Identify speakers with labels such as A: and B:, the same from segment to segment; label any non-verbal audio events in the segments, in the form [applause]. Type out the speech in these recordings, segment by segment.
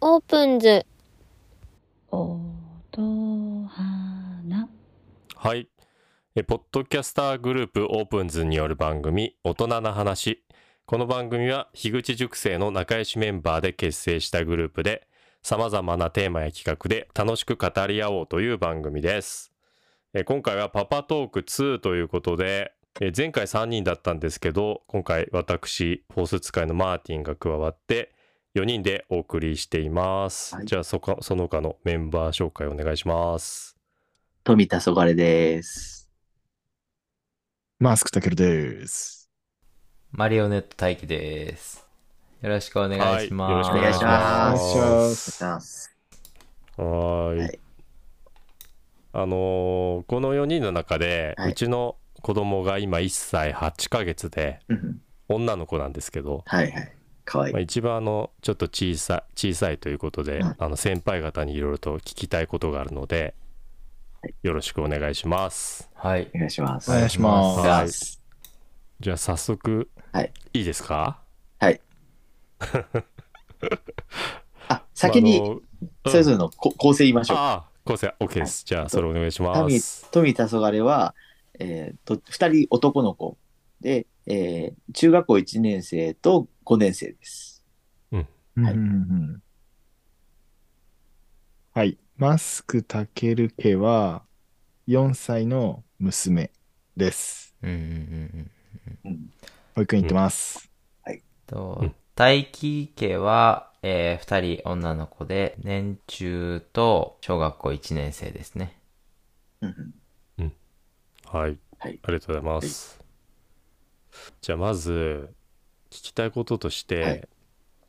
A: オープンズ。
B: おとはな。
C: はい。えポッドキャスターグループオープンズによる番組「大人な話」この番組は樋口塾生の仲良しメンバーで結成したグループでさまざまなテーマや企画で楽しく語り合おうという番組ですえ今回は「パパトーク2」ということでえ前回3人だったんですけど今回私フォース使いのマーティンが加わって4人でお送りしています、
D: はい
C: じゃあそこその他のメンバー紹介お願いします
D: 富田そがれです。
E: マスクたけるです。
F: マリオネット大輝です。よろしくお願いしま
C: はい、
F: す。
C: よろしくお願いします。
E: お願いしま
C: はーい。
D: はい
C: あのーこの4人の中で、
D: はいう
C: ちの子供が今1歳8ヶ月で、
D: うん
C: 女の子なんですけど、
D: はいはい。かわいい
C: まあ、。一番あの、ちょっと小さい、小さいということで、
D: うん
C: あの、先輩方にいろいろと聞きたいことがあるので、よろしくお願いします。
F: はい
D: お。願いします。
E: お願いしま
D: お
E: す。
D: 願いし
C: じゃあ早速、
D: はい、
C: いですか
D: ますあ、先
C: まああ
D: に
C: の
D: それぞれのこ構成言いましょうか。
C: ああ、構成 OK です。じゃあ、それお願いしま
D: 富
C: す。
D: 富田そがれは、えー、と二人男の子で、えー中学校1年生と5年生です。
E: うんうんうんはい。マスクたける家は、4歳の娘です。
F: うんうんうんうん。
D: うん、
E: 保育園行ってます。
F: と
C: うん、
F: 大輝家は、えー、二人女の子で、年中と小学校一年生ですね。
D: うんうん
C: はい。
D: はい
C: ありがとうございます。じゃあ、まず、聞きたいこととして、
D: はい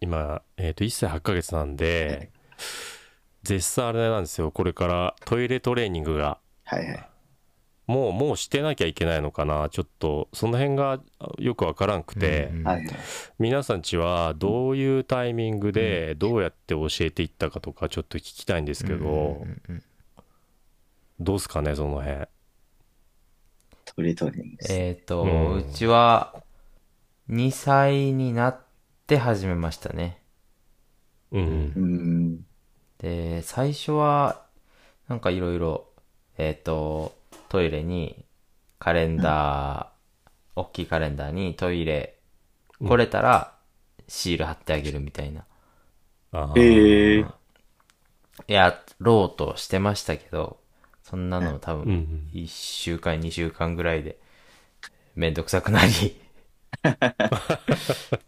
C: 今、えっ、と、1歳8ヶ月なんで、
D: はい
C: 絶賛あれなんですよ。これからトイレトレーニングが、
D: はいはい。
C: もう、もうしてなきゃいけないのかな。ちょっと、その辺があよくわからんくて、
F: うんうん
D: はいはい。
C: 皆さんちはどういうタイミングで、どうやって教えていったかとか、ちょっと聞きたいんですけど、
F: うんうんうん
C: どうすかね、その辺。
D: トレートレーニングです。
F: えっ、と、
C: うん
F: うちは、2歳になって始めましたね。
C: うん
D: う。ん。
F: で、最初は、なんかいろいろ、えっ、と、トイレに、カレンダー、大きいカレンダーにトイレ
C: うん
F: 来れたら、シール貼ってあげるみたいな、
C: あー
D: えー、
F: やろうとしてましたけど、そんなの多
C: うんう
F: 分、
C: ん。
F: 1週間、2週間ぐらいで、めんどくさくなり、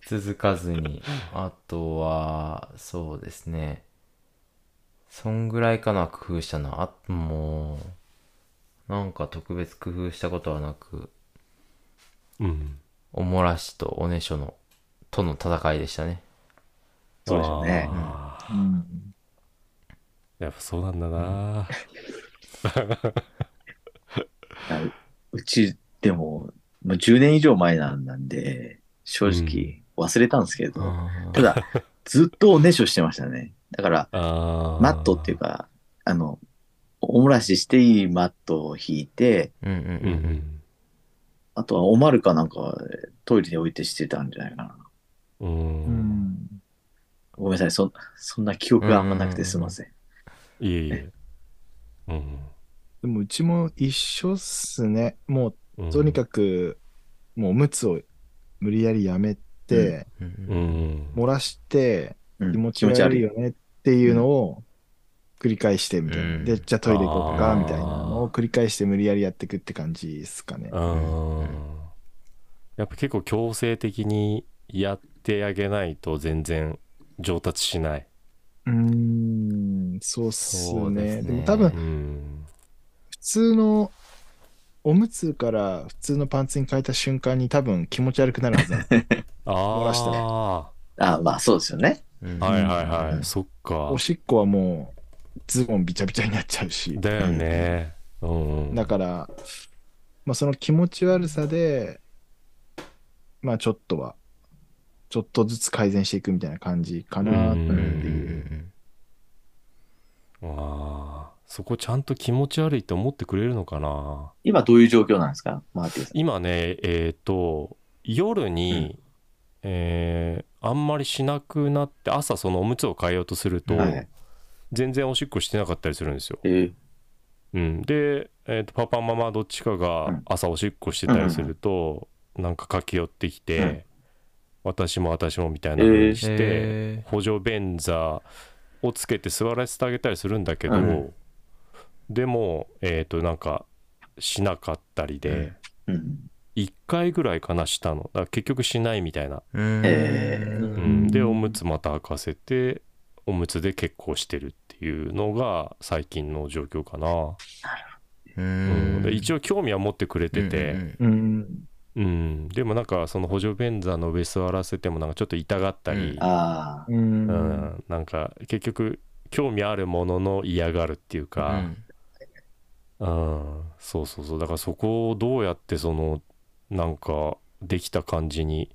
F: 続かずに。あとは、そうですね。そんぐらいかな、工夫したのは。あ、もう、なんか特別工夫したことはなく、
C: うん。
F: おもらしとおねしょの、との戦いでしたね。
D: そうでしょうね
C: あー
E: うん
C: やっぱそうなんだな、
D: あうち、でも、もう10年以上前なんなんで、正直忘れたんですけど、ただ、ずっとおねしょしてましたね。だから、
C: あー
D: マットっていうか、あの、おもらししていいマットを引いて、
F: うんうん
C: うんう
F: うん。
C: ん
D: あとはおまるかなんかトイレに置いてしてたんじゃないかな。
C: う
E: うんん
D: ごめんなさい、そそんな記憶があんまなくてすいません。
C: いえいえうん
E: でも、うちも一緒っすね。も
C: うん
E: う、とにかく、もう、おむつを無理やりやめて、
F: うん
C: う
F: うん
C: ん
E: 漏らして、
D: うん
E: 気持ち悪いよねっていうのを繰り返してみたいな。
F: うん
E: で、じゃあトイレ行こう
C: あ
E: か
C: ー
E: みたいなのを繰り返して無理やりやってくって感じですかね。
C: うんやっぱ結構強制的にやってあげないと全然上達しない、
E: うーん、そうっす
F: そうで
E: ね。
F: すね
E: でも多
F: う
E: 分
C: う、ん、
E: 普通のおむつから普通のパンツに変えた瞬間に多分気持ち悪くなるはずなんです。
C: あ
E: 漏らしてね
C: あ
D: あまあそうですよね。
F: う
C: ー
F: ん
C: はいはいはい、
D: うん
C: そっか
E: おしっこはもうズボンびちゃびちゃになっちゃうし。
C: だよねうん、うん、
E: だから、まあ、その気持ち悪さで、まあ、ちょっとは、ちょっとずつ改善していくみたいな感じかなって
F: うんうんう
E: いう。
F: ん
C: あーそこちゃんと気持ち悪いって思ってくれるのかな
D: 今どういう状況なんですかマーティンさん。
C: 今ねえっ、と夜に、えーあんまりしなくなって朝そのおむつを変えようとすると、
D: はい
C: 全然おしっこしてなかったりするんですよ、
D: えー
C: うん、で、えーとパパママどっちか
D: う
C: が
D: ん
C: 朝おしっこしてたりすると、なんか駆け寄ってきて、
D: うん
C: 私も私もみたいな風にして、
F: えー
C: 補助便座をつけて座らせてあげたりするんだけど、
D: うん
C: でもえっ、となんかしなかったりで、
D: うん。
C: 1回ぐらいかなしたのだから結局しないみたいな、
F: うーん
D: え
C: う
D: ー
C: ん、でおむつまた開かせておむつで結構してるっていうのが最近の状況かな、
F: う
C: うん
F: ん
C: で一応興味は持ってくれてて、
E: うん。
C: うん、でもなんかその補助便座の上座らせてもなんかちょっと痛がったり、
D: あ
E: う。
C: うんん、なんか結局興味あるものの嫌がるっていう
F: う
C: か、
F: ん
C: うんそうそうそうだからそこをどうやってそのなんかできた感じに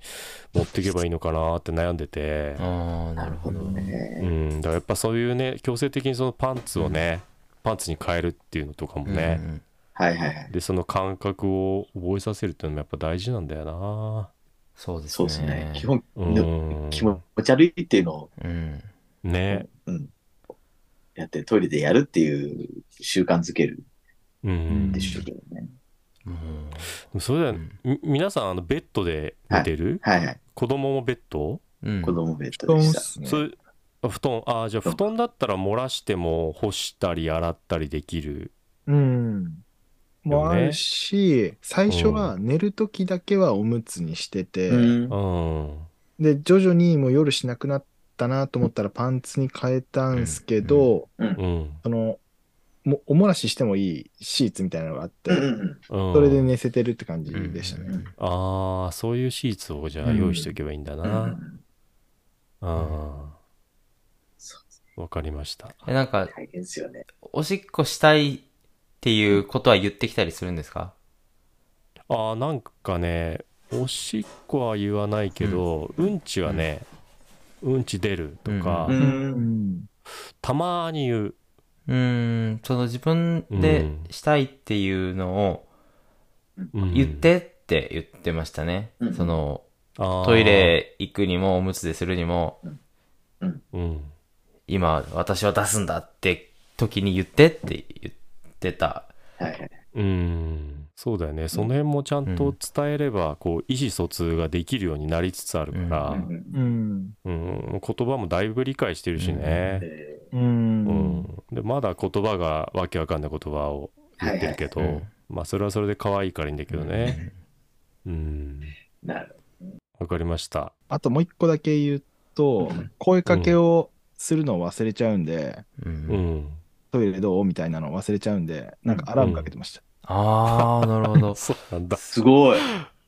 C: 持っていけばいいのかなって悩んでて、
F: ああ
D: あ。
F: なるほど
C: う
D: ね。
C: ん、だからやっぱそういうね強制的にそのパンツをね、パンツに変えるっていうのとかもね、
F: うん
D: はいはいはい。
C: でその感覚を覚えさせるっていうのもやっぱ大事なんだよな。
F: そうですね
D: そうですね。基本、
C: うん、
D: 気持ち悪いっていうのを、
F: うん
C: ね
D: うん。やってトイレでやるっていう習慣づける
C: うん
D: ん
E: ん
D: でしょうけどね。
F: も
C: それでは、
F: うん
C: み皆さんあのベッドで寝てる、
D: はいはい。
C: 子供もベッド、
F: ううん
D: 子供ベッ
E: 布
D: ド
E: 団
D: で
E: っ
D: した。
E: すね
C: そういうあ布団あーじゃあ
D: そう
C: 布団だったら漏らしても干したり洗ったりできる
E: うん。もあるし、最初は寝るときだけはおむつにしてて、
D: う
C: う。
D: ん
C: ん
E: で、徐々にもう夜しなくなったなと思ったらパンツに変えたんすけど、
C: うん
E: その、もおもらししてもいいシーツみたいなのがあって、
D: うんうん
C: うん
E: それで寝せてるって感じでしたね。
F: うん
C: ああそういうシーツをじゃあ
E: うん
C: 用意しておけばいいんだ
D: うん
C: なうんわ、
D: そ
C: かりました
F: えなんか
D: 大変ですよね。
F: おしっこしたいっていうことは言ってきたりするんですか
C: ああなんかねおしっこは言わないけど、うん、ちはね、うんち出るとか、
F: う
D: う。
E: うんん。
C: たまに言う
F: うーん、その自分でしたいっていうのを
C: うん
F: 言ってって言ってましたね。
D: うん
F: その、
C: あー
F: トイレ行くにもおむつでするにも、
C: うん
F: 今私は出すんだって時に言ってって言ってた。
D: はいはい。
C: うんそうだよねその辺もちゃんと伝えれば、こう意思疎通ができるようになりつつあるから、
D: う
C: うん
D: ん
E: うん。
C: 言葉もだいぶ理解してるしね、
D: え
E: う
C: うん
E: ん。
C: でまだ言葉がわけわかんない言葉を言ってるけど、
F: はいはいうん
C: まあそれはそれで可愛いからいいんだけどねうん
D: ーなる
C: わかりました
E: あともう一個だけ言うと
D: うん、
E: 声かけをするのを忘れちゃうんで、
F: うん。うん
C: うん
E: トイレどうみたいなのを忘れちゃうんで、なんかアラームかけてました。
F: あー、なるほ [laughs] ど。
C: そうなんだ
D: すごい。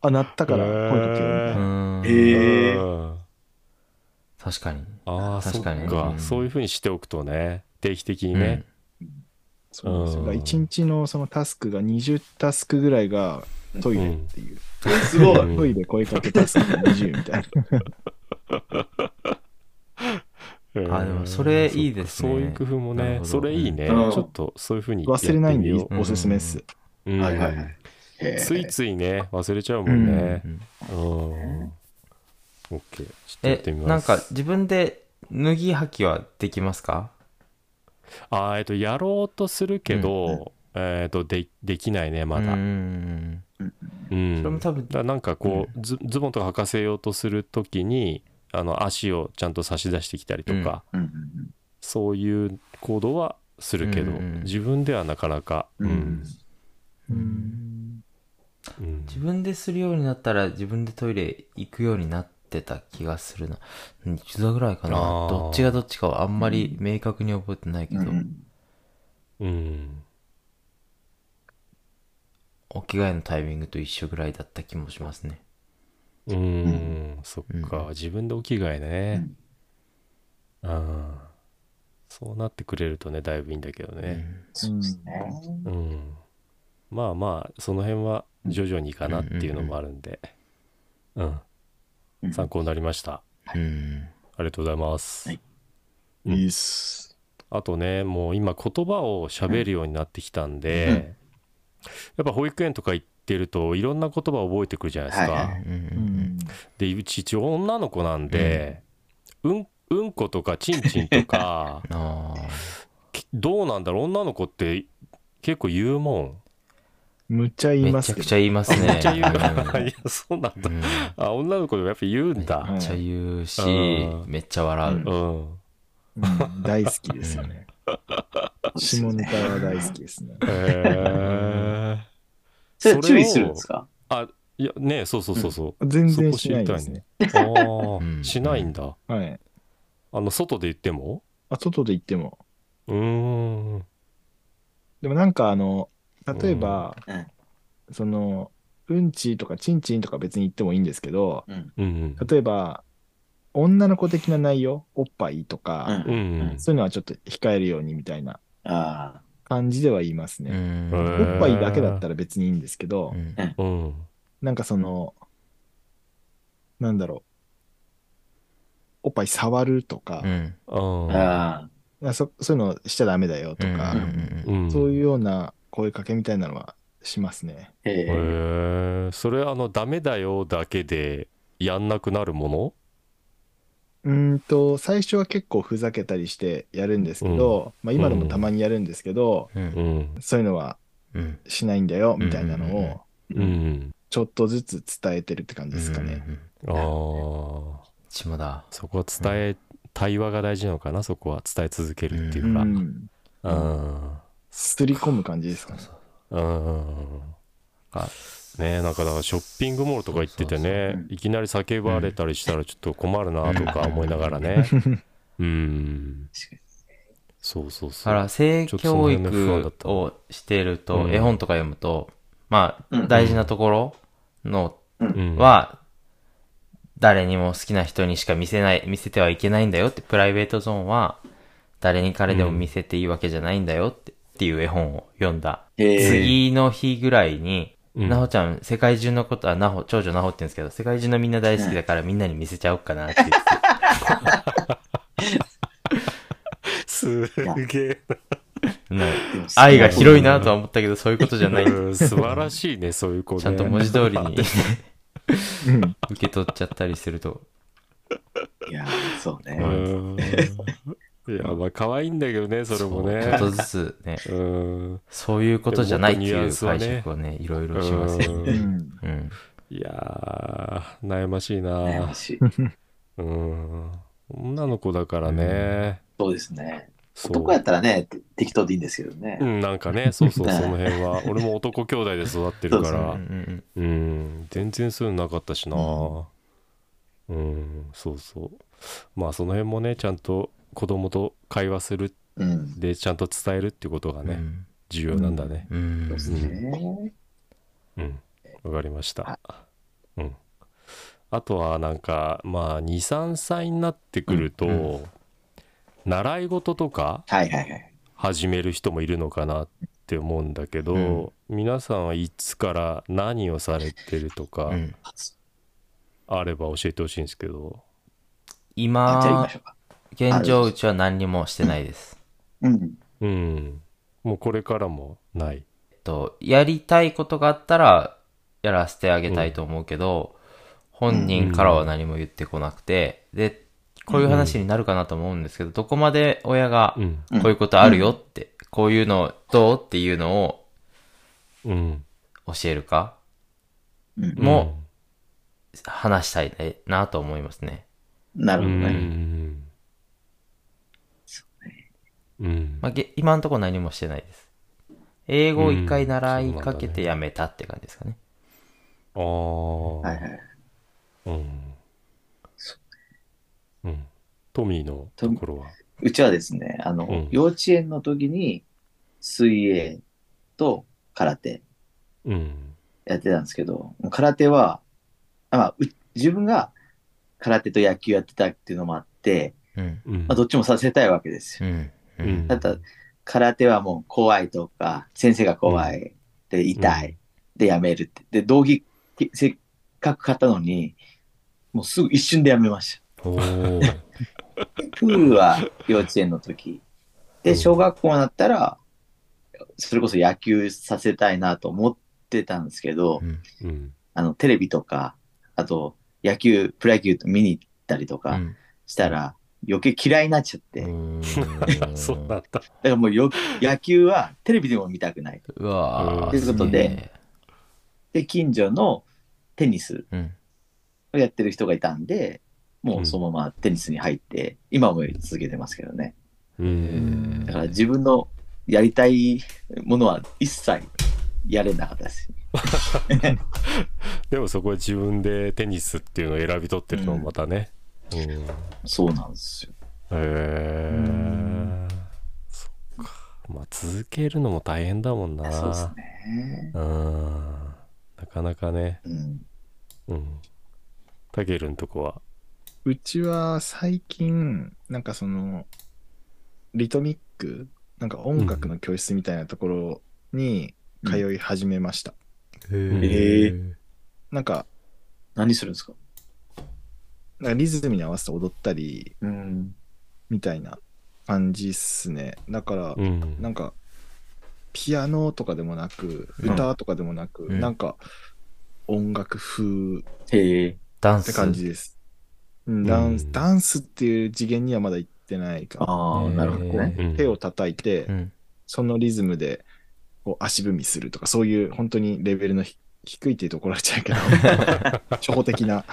E: あ、鳴ったから声かけようみた
F: う
E: いな。
F: ーん。
D: へえー
C: うん
F: 確かに。
C: ああそ
F: 確
C: っ
F: か
C: か
F: にうん
C: そういうふうにしておくとね定期的にね、
E: そうなんですよ
C: うん
E: だから一日のそのタスクが20タスクぐらいがトイレっていう。
D: すごい。
C: うん
E: トイレ声かけタスクが20みたいな。
C: うん
F: あでもそれいいですね
C: そうかそういう工夫も
F: なる
C: ね
F: ほど
C: それいいね、
D: うん
C: ちょっとそういうふうにやって
E: [laughs] 忘れないん
C: み
E: で
C: よう
E: おすすめっす。
C: うん
D: はいはいはいへー
C: ついついね忘れちゃうもんね
F: うん
C: うん、オッケーちょっとやっ
F: え
C: てみ、
F: な
C: ま
F: ん
C: す
F: か自分で脱ぎ履きはできますか
C: あーえっとやろうとするけど、
D: うんうん
C: えっとでできないねまだ、
F: う
C: う
F: ー
C: ん
F: ん。それも多分
C: だからなんかこう、ズズボンとか履かせようとするときにあの足をちゃんと差し出してきたりとか、
D: うんうん
C: そういう行動はするけど、
F: うんうん
C: 自分ではなかなか、
D: うんうん。
E: うん
C: うん
F: 自分でするようになったら自分でトイレ行くようになってた気がするな。うん一度ぐらいかな。
C: あー
F: どっちがどっちかはあんまり明確に覚えてないけ
D: う
F: ど、
D: ん
C: うん
F: お着替えのタイミングと一緒ぐらいだった気もしますね。
C: うーん、そっか、
F: うん
C: 自分でお着替えね、うん、そうなってくれるとねだいぶいいんだけどね、
D: そうですね。
C: うんまあまあその辺は徐々にかなっていうのもあるんでうん、
D: うん
C: 参考になりました
F: うん。
C: ありがとうございます、
D: はい
C: うん
E: いいっす。
C: あとねもう今言葉を喋るようになってきたんで、やっぱ保育園とか行っってるといろんな言葉覚えてくるじゃないですか、
D: はいは
F: うんうん
E: う
F: うん
E: ん。
C: でうち一応女の子なんで、うん、うんことかちんちんとか
F: ああ
C: きどうなんだろう女の子って結構言うもん
E: むっちゃ言い
F: め
E: ま
F: ち
E: す
F: ゃ
E: け
F: く
E: ど
F: ち。ゃ言いますね。
C: めっちゃ言う
F: う
C: い
F: ん
C: やそうなんだ、
F: うん
C: あ女の子でもやっぱ言うんだ
F: めっちゃ言うし、
C: うん
F: めっちゃ笑う。
C: うん
E: うん大好きですよね。下ネタは大好きですね。
C: へえ
D: それは注意するんですか
C: いやねそうそうそうそう、
E: 全然しないですね。
C: ああ、
F: うん
C: しないんだ
E: はい。
C: あの外で言っても
E: あ、外で行っても。
C: うーん
E: でもなんかあの、例えば、
D: うん
E: その、うんちとかちんちんとか別に言ってもいいんですけど、
C: うん
E: 例えば、女の子的な内容、おっぱいと
D: う
E: か、
C: うん
D: ん。
C: うん
E: そういうのはちょっと控えるようにみたいな
D: あ
E: 感じでは言いますね。
F: ん
C: うん
E: おっぱいだけだったら別にいいんですけど、
F: うん
C: うん
E: なんかその、なんだろう、おっぱい触るとか
F: う、ん
D: あ。
C: あ
D: あ
E: そそういうのしちゃダメだよとか、
F: うんうんうん
C: ん
E: そういううような声かけみたいなのはしますね。
D: あ。え
C: へ
D: え。
C: えそれあのダメだよだけでやんなくなるも
E: うーんと、最初は結構ふざけたりしてやるんですけど、まあ今でもたまにやるんですけど、
F: う
C: のうんん
E: そういうのは
F: うん
E: しないんだよみたいな
F: うんうんうんう
E: の
F: ん
E: を
C: うん
E: ちょっとずつ伝えてるって感じですかね。。
F: うんうんうん
C: ああ
F: ちもだ。
C: そこは伝え、対話が大事なのかなそこは伝え続けるっていううかうん
E: ん。
C: うん、
E: すり込む感じですかね。
F: あ
C: ねえなんかだからショッピングモールとか行っててね
D: そうそう
C: いきなり叫ばれたりしたらちょっと困るなとか思いながらねうん
D: 確かに
C: そうそうそ
F: だか
C: う
F: ら、性
C: ちょっとその
F: 教
C: 辺の不安だ
F: 育
C: った
F: をしている
C: う
F: と、
C: ん
F: 絵本とか読むと、まあ
D: う、ん
F: 大事なところの
C: うん
F: は、誰にも好きな人にしか見せない、見せてはいけないんだよって、プライベートゾーンは、誰に彼でも見せていいわけじゃないんだよって、っていう絵本を読んだ。
D: ええ。
F: 次の日ぐらいに、
C: うん
F: なほちゃん、世界中のこと、あ、なほ、長女なほって言うんですけど、世界中のみんな大好きだからみんなに見せちゃおうかなって言って [laughs] て。
C: [laughs] すげえ
F: ね
D: でもすご
F: 愛が広いなとは思ったけど、そういうことじゃない。ち
C: うん素晴らしいねそういう子ね
F: ゃんと文字 [laughs] 通りに
E: うん
F: 受け取っちゃったりすると。
D: いや、そうね。
C: うんいやまあ可愛いんだけどねそれもね
F: そうちょっとずつね、
C: うん
F: そういうことじゃないって
C: でももっとニュア
F: い
C: ン
F: う
C: スは
F: 解
C: ね
F: 釈をね、いろいろしますよ
E: う
F: ね。
E: ん
F: うん。
C: いやー悩ましい
D: 羨
C: な
D: ましい
C: うん女の子だからね
D: そうですね。
C: そう
D: 男やったらね、て適当でいいんですけどね
C: う。ん、なんかね、そう
D: [laughs]
C: そう、
D: ね
C: その辺は。俺も男兄弟で育ってるか
F: うんう
C: ら、
F: んう
C: う
F: ん
C: ん、全然そういうのなかったしな。うん、そうそう。まあ、その辺もね、ちゃんと子供と会話する、
D: うん。
C: で、ちゃんと伝えるってことが
F: う
C: ね、
F: ん
C: 重要なんだね。
F: うん
D: そうですね。
C: うん、わかりました。うん。あとは、なんか、まあ、2、3歳になってくる
F: う
C: と、習い事とか、
D: はいはいはい。
C: 始める人もいるのかなって思うんだけど、皆さんはいつから何をされてるとか
F: うん
C: あれば教えてほしいんですけど、
D: あじゃあ言いま
F: 今
D: し、ょうか。
F: 現状うちは何にもしてないです。
D: うん。
C: うんもうこれからもない。
F: えっと、やりたいことがあったら、やらせてあげたいと思うけど、本人からは何も言ってこなくて、で、こういう話になるかなと思うんですけど、どこまで親が
C: う、ん
F: こういうことあるよって、こういうのどうっていうのを
C: うん
F: 教えるか、
D: うん
F: も話したいなと思いますね。
D: な
C: う
D: るほど
C: ん
D: ね。
C: うん
F: まあ、げ今のところ何もしてないです。英語を一回習いかけてやめたって感じですかね。
C: あー
D: はいはい。
C: うん
D: そ
C: うんトミーのところは
D: うちはですね、あの、
C: うん
D: 幼稚園の時に水泳と空手
C: うん
D: やってたんですけど、空手は、あまあ、う自分が空手と野球やってたっていうのもあって、
F: うん。
C: うん
D: まあ、どっちもさせたいわけですよ。
F: うん。う
C: うん
F: ん。
D: だったら空手はもう怖いとか、先生が怖い、で、痛い、で、やめるって。で、道着、けせっかく買ったのに、もうすぐ一瞬でやめました。
F: おー
D: プールは幼稚園の時。
C: う
D: で、
C: ん
D: 小学校になったら、それこそ野球させたいなと思っってたんですけど、
F: うん。
C: うん。
D: あの、テレビとか、あと、野球、プロ野球見に行ったりと
F: う
D: か
F: ん
D: したら、余計嫌いになっちゃって、だか
F: う
C: そうなんんだ。
D: らもうよ野球はテレビでも見たくない。
F: うわー
C: と
D: いうことで、で、近所のテニス
F: すげえうん。
D: をやってる人がいたんで、もうそのままテニスに入って、今も続けてますけどね。
C: うん。
D: だから自分のやりたいものは一切やれなかったです。
C: でもそこは自分でテニスっていうのを選び取ってるのもまたね。うん。へ
D: そうなんですよ。
C: え。そっか。まあ続けるのも大変だもんな。
D: そうですね。
C: うん。なかなかね。
D: うん。
C: うん。タケルのとこは。
E: うちは最近、なんかその、リトミック、なんか音楽の教室みたいなところに通い始めました。
D: へえ
E: なんか、
D: 何するんですか
E: なんかリズムに合わせて踊ったり、
D: うん。
E: みたいな感じっすね。だから、
C: うん。
E: なんか、ピアノとかでもなく、
F: うん
E: 歌とかでもなく、
F: うん
E: なんか、音楽風っ
D: へえ。
F: ダンス。
E: て感じです。うんダン
C: う
E: ス、
C: ん
E: ダンスっていう次元にはまだ行ってないか。
D: ああ、なるほどね。
C: うん
E: 手を叩いて、
F: うん。
E: そのリズムで、こう、足踏みするとか、そういう、本当にレベルのひ低いって言うと怒られちゃうけ
F: [laughs]
E: ど、初歩的な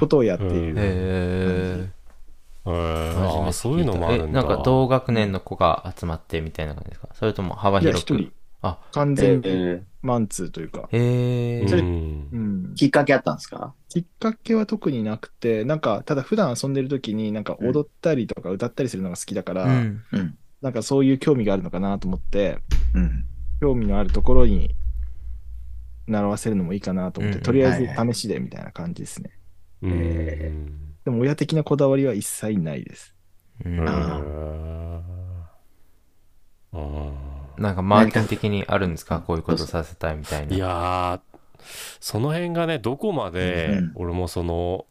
E: ことをやっている。
F: へ
C: へ
F: え。
C: ーああ、そういうのもあるんだ。
F: えなんか同学年の子が集まってみたいな感じですかそれとも幅
E: いや、
F: 広
E: 一
F: く。
E: 人。
F: あ
E: 完
D: え
E: 全に
D: ー、
E: マンツーというか。
F: へえ。
C: う
D: それ
C: ん。
E: うん
D: きっかけあったんですか
E: きっかけは特になくて、なんか、ただ普段遊んでる時に、なんか
D: うん
E: 踊ったりとか歌ったりするのが好きだから、
F: うん。
D: うん。
E: なんかそういう興味があるのかなと思って、
D: うん。
E: 興味のあるところに習わせるのもいいかなと思って、
F: うん
E: とりあえ
D: はいは
E: ず試しでみたいな感じですね。
C: うん
D: え
E: でも親的なこだわりは一切ないです。
F: うん
D: あ
C: うんうん
F: なんかマーケン的にあるんですかこういうことさせたいみたいな。
C: いやーその辺がねどこまで
D: うん
C: 俺もその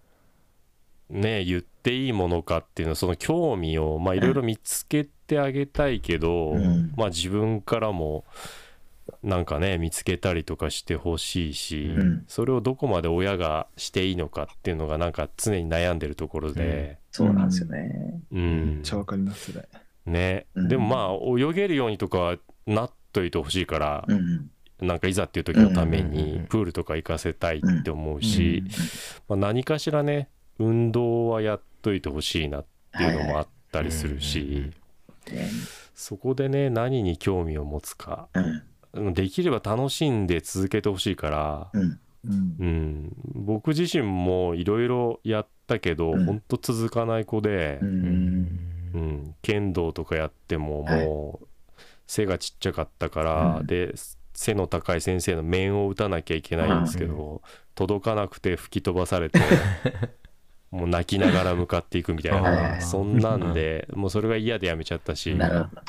C: ね言っていいものかっていうのその興味をまあいろいろ見つけてあげたいけど、
D: うん
C: まあ自分からもなんかね見つけたりとかしてほしいし、
D: うん
C: それをどこまで親がしていいのかっていうのがなんか常に悩んでるところで、
D: そうなんですよね。
C: うん
E: めっちゃわかります、それ。
C: ね、
D: うん
C: でもまあ泳げるようにとかはなっといてほしいから
D: う、ん。
C: なんかいざっていう時のため
F: うんうんうん
C: に
F: うん
C: プールとか行かせたいって思うし、
D: っ
C: まあ、何かしらね運動はやっといてほしいなっていうのもあったりするし、
F: はいはい
D: て。
C: そこでね何に興味を持つか
D: うん。
C: できれば楽しんで続けてほしいから、
D: うん。
E: うん
C: う。ん、僕自身もいろいろやったけど、
D: うん
C: ほんと続かない子で
D: う、。
F: うん。
C: うんん、剣道とかやっても
D: はい
C: もう背がちっちゃかったから、
D: うん
C: で背の高い先生の面を打たなきゃいけないんですけど、届かなくて吹き飛ばされ
D: [laughs]
C: てもう泣きながら向かっていくみたい
D: はいはいは
C: ないそんなんでもうそれが嫌でやめちゃったし、
D: なるほど。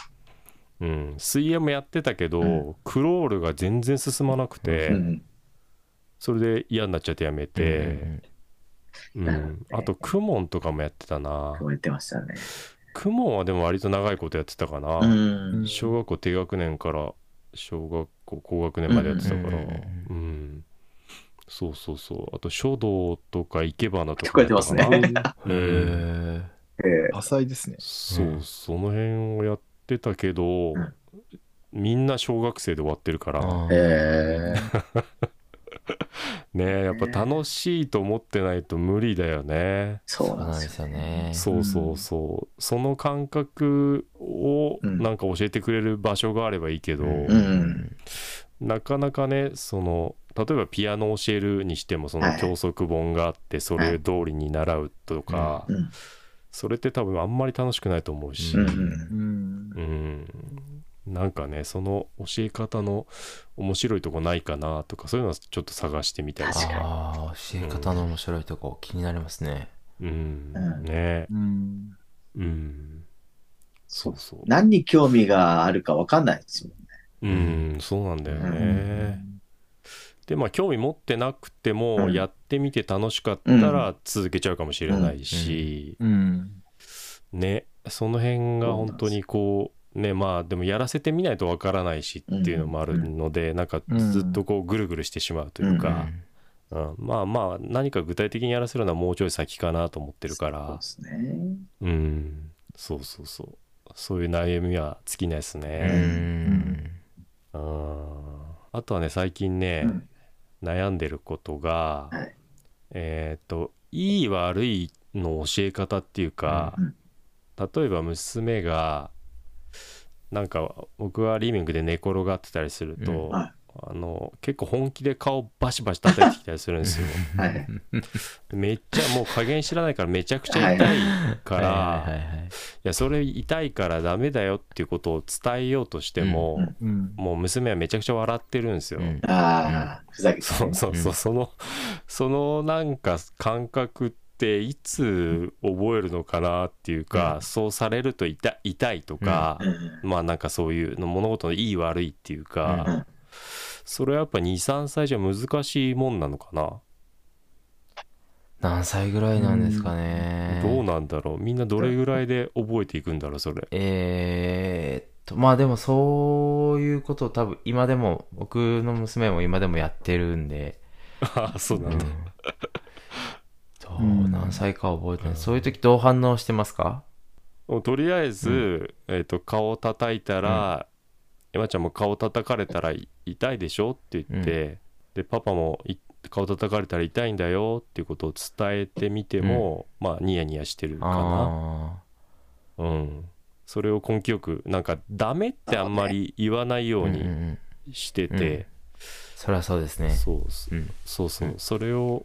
C: うん、水泳もやってたけど、
D: うん
C: クロールが全然進まなくて、
D: うん。
C: それで嫌になっちゃってやめて、うん
D: なるほどね
C: あとクモンとかもやってたな
D: こう言ってましたね。
C: クモンはでも割と長いことやってたかな。
D: うん。
C: 小学校低学年から小学校高学年までやってたからう
F: う
C: んん、
F: うんうん
C: そうそうそうあと書道とか生け花と
D: 聞
C: か
D: こえ
C: や
D: てますね
C: ったか。な
F: へ
C: うん
F: え。
D: え
E: 浅いですね。
C: そう、
F: うん
C: その辺をやってたけど、
D: うん
C: みんな小学生で終わってるから
F: あ
D: ーえー
C: ねやっぱ楽しいと思ってないと無理だよね
D: そう
F: そう
D: なん
F: なん
D: で
F: ですす
D: よ
F: よ
D: ね。
F: ね。
C: そうそうそうその感覚を
D: うん
C: なんか教えてくれる場所があればいいけど、
D: うん
C: なかなかねその例えばピアノを教えるにしてもそ
D: は
C: の
D: い
C: 教則本があってそれ通りに習うとか、
D: うんうん
C: それって多分あんまり楽しくないと思うし、
D: う
C: うんん
D: うん。
E: うん。
C: なんかねその教え方の面白いとこないかなとかそういうのはちょっと探してみたりと
D: 確
C: か、
F: ああ、教え方の面白いとこ気になりますね。
C: うん
D: うん
C: ね
E: うん。
C: うんそうそう
D: 何に興味があるかわかんないですもんね。
C: うんそうなんだよね、
E: うん
C: でまあ興味持ってなくて
D: う
C: も
D: ん
C: やってみて楽しかったら続けちゃうかもしれないし、
E: うん。
C: ねその辺が本当にこうねまあでもやらせてみないとわからないしっていうのもあるので、なんかずっとこうぐるぐるしてしまうというか、うんまあまあ何か具体的にやらせるのはもうちょい先かなと思ってるか
D: そう
C: ら
D: ですね。
C: うんそうそうそうそういう悩みは尽きないです
F: うんう
C: ね、
F: ん
C: うんあとはね最近ね、
D: うん
C: 悩んでることが、
D: はい
C: えーっといい悪いの教え方っていうか、
D: うん
C: 例えば娘がなんか僕はリビングで寝転がってたりすると、
F: うん
D: はい
C: あの結構本気で顔バシバシ叩いてきたりするん
D: [laughs]
C: ですよ
D: はい。
C: めっちゃもう加減知らないからめちゃくちゃ痛いから、
F: は
C: い
F: いはいはいはい
C: やそれ痛いからダメだよっていうことを伝えようとしても、
D: うん
E: うん。
C: もう娘はめちゃくちゃ笑ってるんですよ、
F: うん
D: ああ、ふざけてね。
C: そうそうそう、
F: うん
C: そのそのなんか感覚っていつ覚えるのかなっていうか、
F: うん
C: そうされると痛痛いとか、
D: うん
C: まあなんかそういうの物事のいい悪いっていうか、
D: うん
C: それはやっぱ23歳じゃ難しいもんなのかな、
F: 何歳ぐらいなんですかね。
C: どうなんだろうみんなどれぐらいで覚えていくんだろうそれ [laughs]
F: えーっと、まあでもそういうことを多分今でも、僕の娘も今でもやってるんで、
C: ああそうなんだ、
F: うんどう、何歳かは覚えてない。そういう時どう反応してますか
C: もうとりあえず、えー、と顔叩いたら、山ちゃんも顔叩かれたらい痛いでしょって言って、でパパもい顔叩かれたら痛いんだよっていうことを伝えてみても、まあニヤニヤしてるかな
F: あ
C: うんそれを根気よくなんかダメってあんまり言わないよ
F: あー。
C: う
F: うんう
C: に
F: んうん
C: してて、
F: そりゃそうですね。
C: そうそ
F: うん。
C: そうそうそれを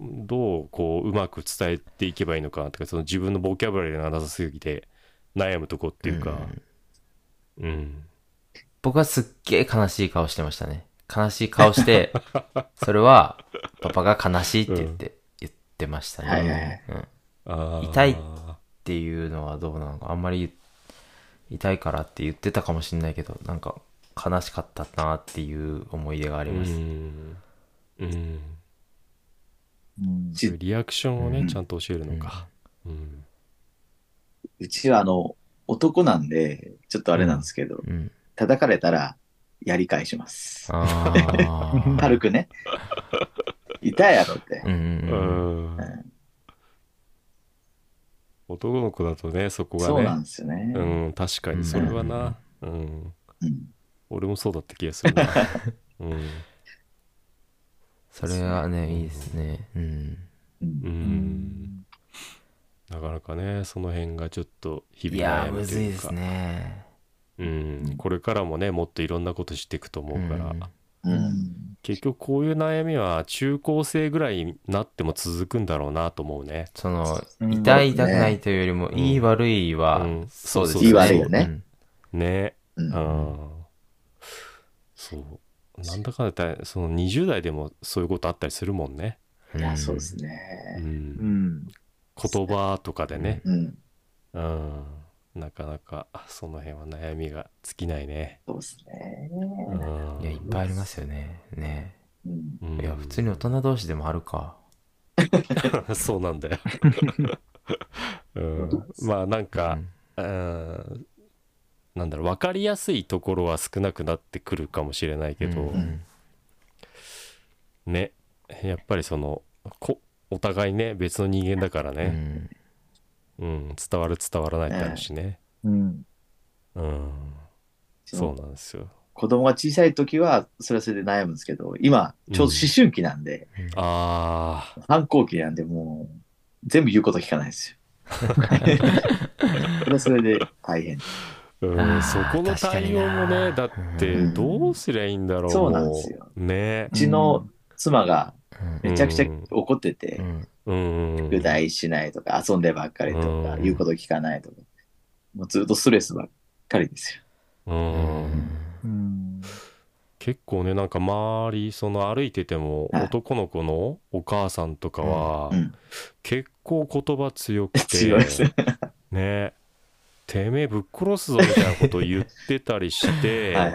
C: どうこううまく伝えていけばいいのかとかその自分のボキャブラリーがなさすぎて悩むとこっていうか
F: ん
C: うん
F: 僕はすっげえ悲しい顔してましたね。悲しい
C: [laughs]
F: 顔して、それは、パパが悲しいって言って、言ってましたね。
D: はいはいはい
F: うん。っ
C: あー
F: 痛いていうのはどうなのか、あんまり言痛いからって言ってたかもしれないけど、なんか、悲しかったなっていう思い出があります。
C: うんうん
E: うん
D: ち
C: リアクションをね、
D: うん
C: ちゃんと教えるのか、うん
D: うちはあの、男なんで、ちょっとあれなんですけど、
F: うん。
D: 叩かれたら、やり返します。
F: ああ。
D: [laughs] 軽くね。痛いやろって
F: う。んうんうん。
C: うん男の子だとねそこがね
D: そうなんですよね。
C: うん確かにそれはな、うん、
D: うん
C: 俺もそうだった気がするな、うん
F: それはね、いいですね。うん。
D: う
C: うんんなかなかねその辺がちょっと日
F: い
C: 々
F: や
C: 悩み
F: ー、む
C: と
F: ずい
C: い
F: で
C: うか
F: すね。
C: うん、これからもねもっといろんなことしていくと思うから、
F: うん
D: うん
C: 結局こういう悩みは中高生ぐらいになっても続くんだろうなと思うね
F: その、
E: うん
F: 痛い痛くないというよりも、
C: ん
F: いい悪いは、
C: うん
F: そうです
D: いい悪いよね
F: うん
C: ね
D: う
C: うんん、そうなんだかんだ言ったらその20代でもそういうことあったりするもんね、
D: いや、そうで
F: ね。
D: す
C: う、
D: ね。
E: うんん。
C: 言葉とかでね、
D: うん。
C: うん、なかなかその辺は悩みが尽きないね、
D: そうですね。
C: うん、
F: いや、いっぱいありますよね。ね。
D: うん
C: うん
F: いや、普通に大人同士でもあるか。
C: [laughs] そうなん
F: [laughs]
C: だよ、うん、まあなんか、うん、なんだろう分かりやすいところは少なくなってくるかもしれないけど、
F: うんうん
C: ねやっぱりそのこお互いね別の人間だからね、うん伝わる伝わらないってあるしね、
E: うん。
C: うん、そうなんですよ
D: 子供が小さい時は、それはそれで悩むんですけど、今、ちょうど思春期なんで、
C: あ
D: 反抗期なんで、もう、全部言うこと聞かないですよ。
C: [laughs]
D: それはそれで大変。
C: ー、うん、
F: あー
C: そこの対応もねだ
F: 確かにな
C: ってどうすりゃいいんだろう、
D: そうなんですよ
C: ね
D: うちの妻がめちゃくちゃ怒ってて、
F: うんうん
C: うん
D: 宿題しないとか、遊んでばっかりとか、
C: うん
D: 言うこと聞かないとか、もうずっとストレスばっかりですよ。
C: うん
E: うん。
C: 結構ねなんか周りその歩いてても
D: はい
C: 男の子のお母さんとかは
D: うん
C: 結構言葉強くて
D: 強いですね。
C: ねてめえぶっ殺すぞみたいなことを言ってたりし
D: [laughs] はいは
C: て
D: いはい。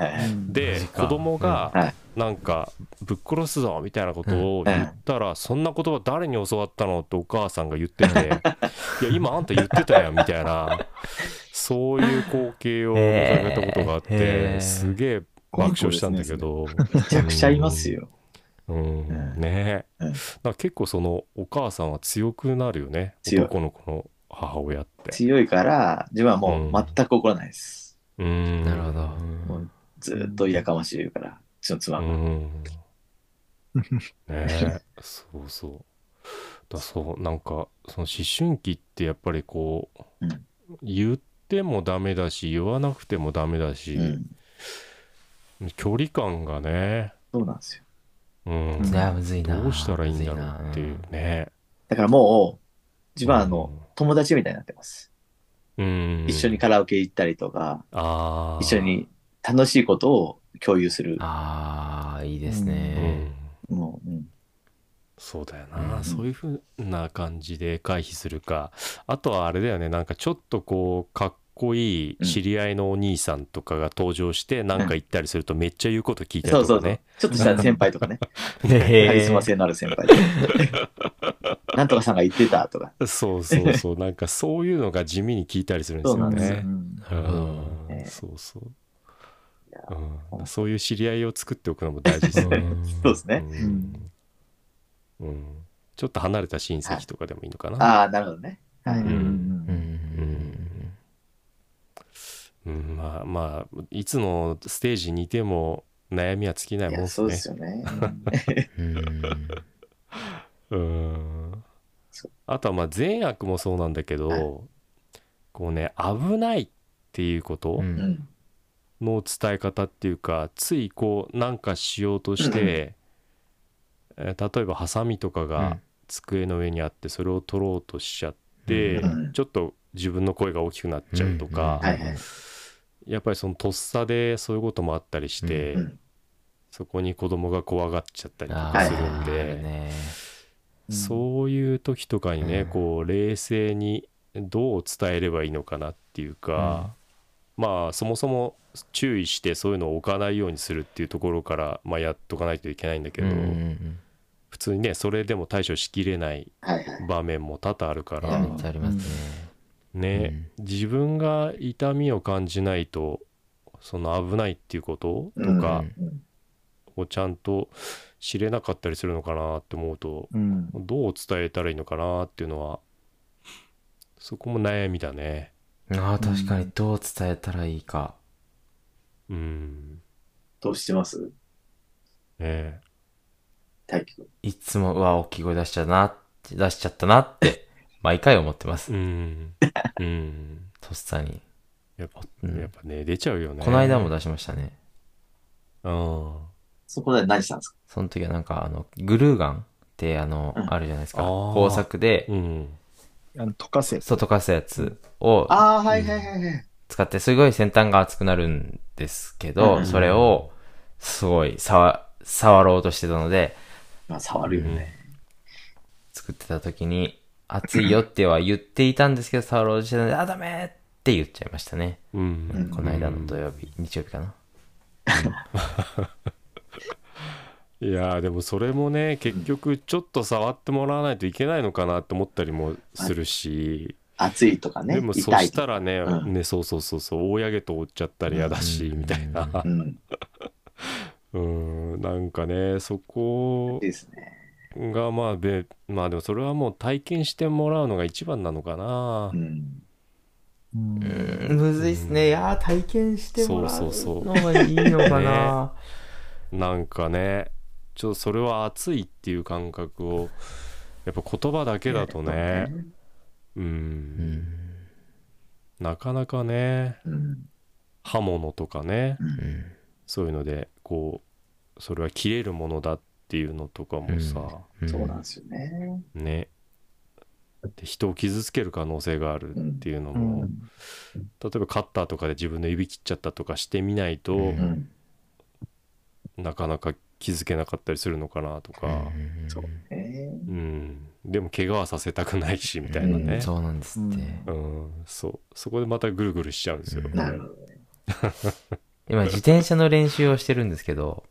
C: で
F: マジか
C: 子供
D: うん
C: が
D: は
C: なんかぶっ殺すぞみたいなことを言ったらそんな言葉誰に
D: [laughs]
C: 教わったのってお母さんが言ってていや今あんた言ってたやんみたいなそういう光景を見かけたことがあって、
F: へー
C: すげえ爆笑したんだけど。
D: めちゃくちゃいますよ。
C: うん、
D: うん
C: ねえ、
D: うん
C: なんか結構そのお母さんは強くなるよね
D: 強い
C: 男の子の母親って
D: 強いから、自分はもう全く怒らないです。
C: うん
F: なるほど
C: うん
D: ずーっとやかましい言うから、うちの妻が。
C: う
D: [laughs]
C: んねえそうそうだそうなんかその思春期ってやっぱりこう、
D: うん
C: 言ってもダメだし言わなくてもダメだし、
D: うん。
C: 距離感がね、
D: そうなんですよ。
C: うん
E: ん
F: いや、むずいな。
C: どうしたらいいんだろうっていう
F: むずな
C: ね
D: だからもう、自分はあの、
C: うん
D: 友達みたいになってます。
C: うん
D: 一緒にカラオケ行ったりとか、
C: あー
D: 一緒に楽しいことを共有する。
F: ああ、いいです
C: う
F: ね。
C: ん
D: もう、うん。
C: そうだよな、
F: うん
C: そういうふうな感じで回避するかあとはあれだよねなんかちょっとこうかっこいい知り合いのお兄さんとかが登場してなんか行ったりするとめっちゃ言うこと聞いた
D: そう
C: りと
D: そう
C: か
D: そう
C: ね。
D: ちょっとした先輩とか
C: [laughs]
D: ね。
F: へー
D: カリスマ性のある先輩とかなんとかさんが言ってたとか。
C: そうそうそうなんかそういうのが地味に聞いたりするんです
D: そうな
C: よ
D: んですよ。
C: ね
D: う。ん
C: う
F: よ
C: ん
D: ね
C: そうそう
D: や
C: うん、そういう知り合いを作っておくのも大事ですね。
D: そうですね。
C: うんうんちょっと離れた親戚とかでもいいのかな。
D: ああ、なるほどね。はい。
E: うんうん
F: う
E: うん
F: ん。
C: うん、まあまあいつのステージにいても悩みは尽きない
D: い
C: もん
D: や
C: です
D: そう
C: ね
D: ですよね。
F: うん。
C: うん
D: そう
C: あとはまあ善悪もそうなんだけど、
D: はい
C: こうね危ないっていうこと
F: うん
D: うん
C: の伝え方っていうか、ついこうなんかしようとして、えー例えばハサミとかが机の上にあってそれを取ろうとしちゃって、
D: うん
C: ちょっと自分の声が大きくなっちゃうとか、
D: うんはいはい
C: やっぱりそのとっさでそういうこともあったりして、
D: うん
C: そこに子供が怖がっちゃったりと
F: あ
C: か
F: あ
C: するん
F: あ
C: で、
F: るね
C: そういう時とかにね、
F: うん
C: こう冷静にどう伝えればいいのかなっていうか、まあそもそも注意してそういうのを置かないようにするっていうところから、まあ、やっとかないといけないんだけ
F: うん
C: ど、
F: うんうん
C: 普通にねそれでも対処しきれない
D: はい
C: [laughs]
D: はい。
C: 場面も多々あるか
F: いや
C: ら
F: めっちゃありますね。
C: ね、自分が痛みを感じないとその危ないっていうこととか
D: うん
C: をちゃんと知れなかったりするのかなって思うと、
E: うん
C: どう伝えたらいいのかなっていうのはそこも悩みだね
F: ああ、確かにどう伝えたらいいか。
C: うん
D: どうしてます
C: ねえ
D: 大輝くん。
F: いつも、うわ、大きい声出しちゃうなって、出しちゃったなって、毎回思ってます
C: う。んうん
F: とっさに。
C: やっぱ
F: [laughs] うん
C: やっぱね出ちゃうよね
F: この間も出しましたね。
C: うん
D: そこで何したんですか
F: その時はなんか、あの、グルーガンって、あの
D: う、ん
F: あるじゃないですか。
C: あー
F: 工作で
C: う、ん
E: あの溶かせ。
F: 外かすやつを
D: ああ、はいはいはいはい。
F: 使って、すごい先端が熱くなるんですけ
D: う
F: ど、
D: ん
F: それを、すごい、触、触ろうとしてたので、
D: まあ、触るよね。
F: 作ってた時に、熱いよっては言っていたんですけど、触ろうとしてたので、あ、ダメって言っちゃいましたね。
C: うん、
D: うん
F: この間の土曜日、日曜日かな。
C: いやーでもそれもね結局ちょっと触ってもらわないといけないのかなって思ったりもするし、
D: 暑いとかね。
C: でもそ
D: 痛い
C: し
D: と
C: た
D: から
C: ね,、
D: うん
C: ねそうそうそうそう大やげと折っちゃったりやだし、
F: うん
C: みたいな、
D: うん。
C: うん、なんかねそこ
D: いいですね。
C: がまあべまあでもそれはもう体験してもらうのが一番なのかな
D: う、ん。
E: うん
F: うんむずいっすね。いやー、体験してもら
C: そううそうそう
F: のがいいのかな。
C: なんかねちょっとそれは熱いっていう感覚をやっぱ言葉だけだとねうん、なかなかね
D: うん。
C: 刃物とかね
F: うん
C: そういうのでこうそれは切れるものだっていうのとかもさ、
F: うん
D: そうなんですよね。
C: ねで人を傷つける可能性があるっていうのも、
E: うん
C: 例えばカッターとかで自分の指切っちゃったとかしてみないと、
F: うん
D: うん。
C: なかなか気づけなかったりするのかなとか、
D: そうね。
C: うんでも怪我はさせたくないしみたいな
F: うん
C: ね、
F: そうなんですって。
E: うん
C: うんそうそこでまたぐるぐるしちゃうんですよ、
F: うん
D: なるほど。
F: 今、自転車の練習をしてるんですけど、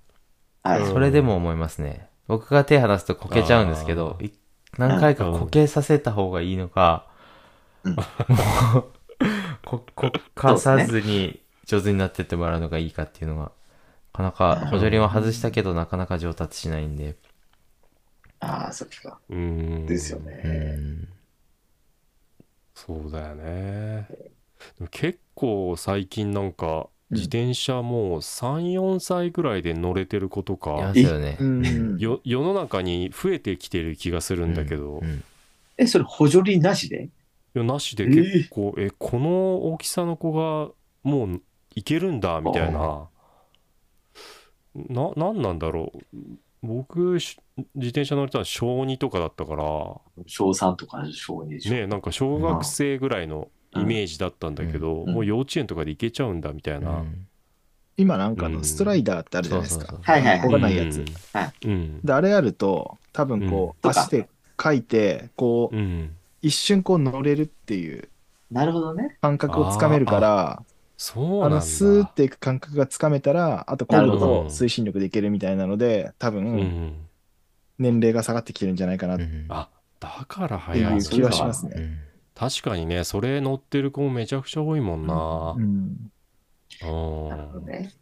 D: はい。
F: それでも思いますね。僕が手離すとこけちゃうんですけど、い何回かこけさせた方がいいのか、も [laughs] こ、こかさずに上手になってってもらうのがいいかっていうのが、なかなか補助輪は外したけど、なかなか上達しないんで。
D: ああ、そっか。
C: うん。
D: ですよ
F: う
D: ね。
F: ん。
C: そうだよね。でも結構最近なんか、自転車もう3、4歳ぐらいで乗れてる子と
F: いま
C: か
F: す、よね。
E: うん。
C: よ世の中に増えてきてる気がするんだけど、
F: うんうん
D: え、それ補助輪なしで
C: いやなしで結構、えこの大きさの子がもういけるんだみたいなななんなんだろう僕し自転車乗れたの小2とかだったから
D: 小3とか小2でしょ。
C: ねなんか小学生ぐらいのイメージだったんだけど、
D: うんうん
C: もう幼稚園とかでいけちゃうんだみたいな、
E: 今なんかあ
C: う
E: の
C: ん
E: ストライダーってあるじゃないです
F: そうそう
E: か
F: そ。う。
D: はいはい
E: ここ
D: は
E: が
D: い。
E: ないやつ
D: は
C: うんうん
E: で、あれあると、多分こう、
D: うん
E: 足で書いて、こう、
C: うん
E: 一瞬こう乗れるっていう
D: なるほどね。
E: 感覚をつかめるから、
C: そう
E: あ
C: なんだ
E: の、スーっていく感覚がつかめたら、あと今度
D: なる
C: ほ
E: の
C: ど
E: 推進力でいけるみたいなので、多
C: うんう
E: 分、
C: ん
E: 年齢が下がってきてるんじゃないかなっ
F: う
E: て
F: ん
C: あだから
E: い
C: 早いの
E: う
C: か
E: 気はします
F: う
E: ね。
F: ん
C: 確かにねそれ乗ってる子もめちゃくちゃ多いもんな
E: うん。
C: うん
D: なるほどね。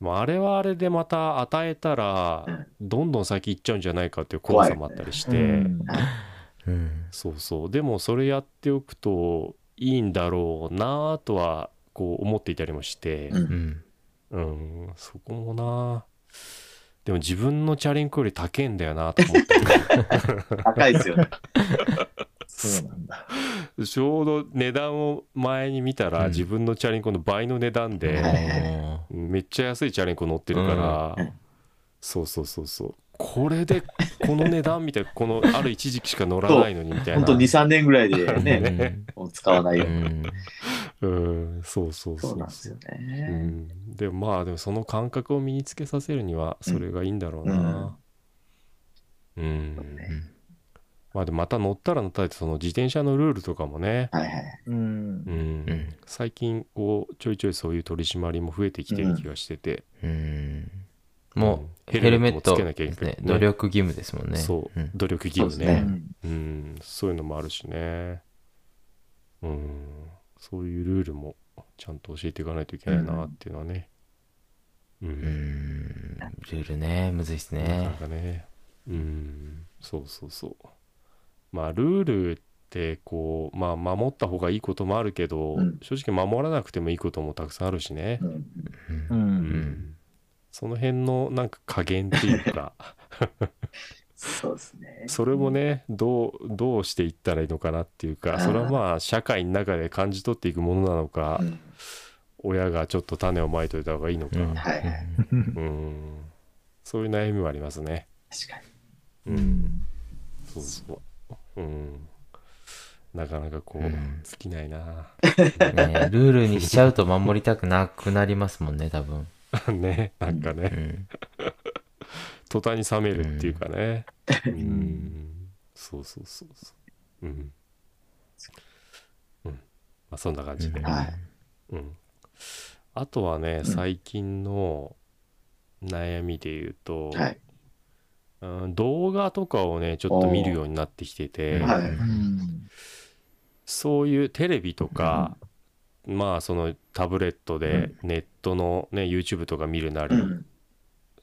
C: まあ、あれはあれでまた与えたら
D: うん、
C: どんどん先行っちゃうんじゃないかっていう怖さもあったりして、
E: うん
F: うん
C: そうそう。でもそれやっておくといいんだろうなぁとは、こう思っていたりもして
D: う、ん
F: うん
C: うん、そこもなでも自分のチャリンコより高えんだよなと思
D: [laughs]
C: って、
D: 高いですよね。
E: [laughs] そうなんだ。
C: ちょうど値段を前に見た
F: う
C: ら
F: ん
C: 自分のチャリンコの倍の値段で、
D: はい
C: めっちゃ安いチャリンコ乗ってるから、
D: うんうん
C: そうそうそうそうこれでこの値段みたいなこのある一時期しか乗らないのにみたいな
D: 本当2、3年ぐらいでね、
F: [laughs] ね。
D: もう使わないうように。
F: ん
C: うんそうそうそう
D: そうなんです
C: そ
D: よ
C: うう
D: ね。
C: んでもまあでもその感覚を身につけさせるにはそれがいいんだろうなうん、まあでもまた乗ったら乗ったらってその自転車のルールとかもね
D: はいはい。
E: うん
C: うん、。
F: ん
C: 最近こうちょいちょいそういう取り締まりも増えてきてる気がしてて、
F: うんもう、
C: うん
F: ヘルメット
C: ヘルメットもつけなきゃいけない
F: ですね努力義務ですもんね。
C: そう、
F: ん
C: 努力義務
D: そう
C: ね
D: ですね
E: うん
C: うん、そういうのもあるしね。うん、そういうルールもちゃんと教えていかないといけないなっていうのはね。うん、
F: うーんルールね、むずいっす
C: なかな
F: ね。
C: かね。うん、そうそうそう。まあ、ルールってこう、まあ、守った方がいいこともあるけど、
D: うん
C: 正直守らなくてもいいこともたくさんあるしね。
D: うん
E: う。
C: うんんその辺のなんか加減っていうか、
D: そうですね。
C: それもね、どう、どうしていったらいいのかなっていうか、それはまあ、社会の中で感じ取っていくものなのか
D: う、ん。
C: 親がちょっと種をまいといた方がいいのか、
F: う
C: うんん、
D: はいはい。
C: そういう悩みはありますね。
D: 確か
C: う
D: に。
C: ん、そうそう。うん、なかなかこう、
F: うん
C: 尽きない [laughs] な。
F: ねルールにしちゃうと守りたくなくなりますもんね、多分。
C: ね、なんか
F: う
C: ね、
F: ん
C: 途端に冷めるっていうかね。うん、そうそうそうそう。うん。うん、まあそんな感じで。
D: はい
C: うん、あとはね、
D: うん
C: 最近の悩みで言うと、
D: はい。
C: うん、動画とかをねちょっと見るようになってきてて、
D: はい
E: うん
C: そういうテレビとか、まあそのタブレットでネットの、ね YouTube とか見るなり、
D: うん。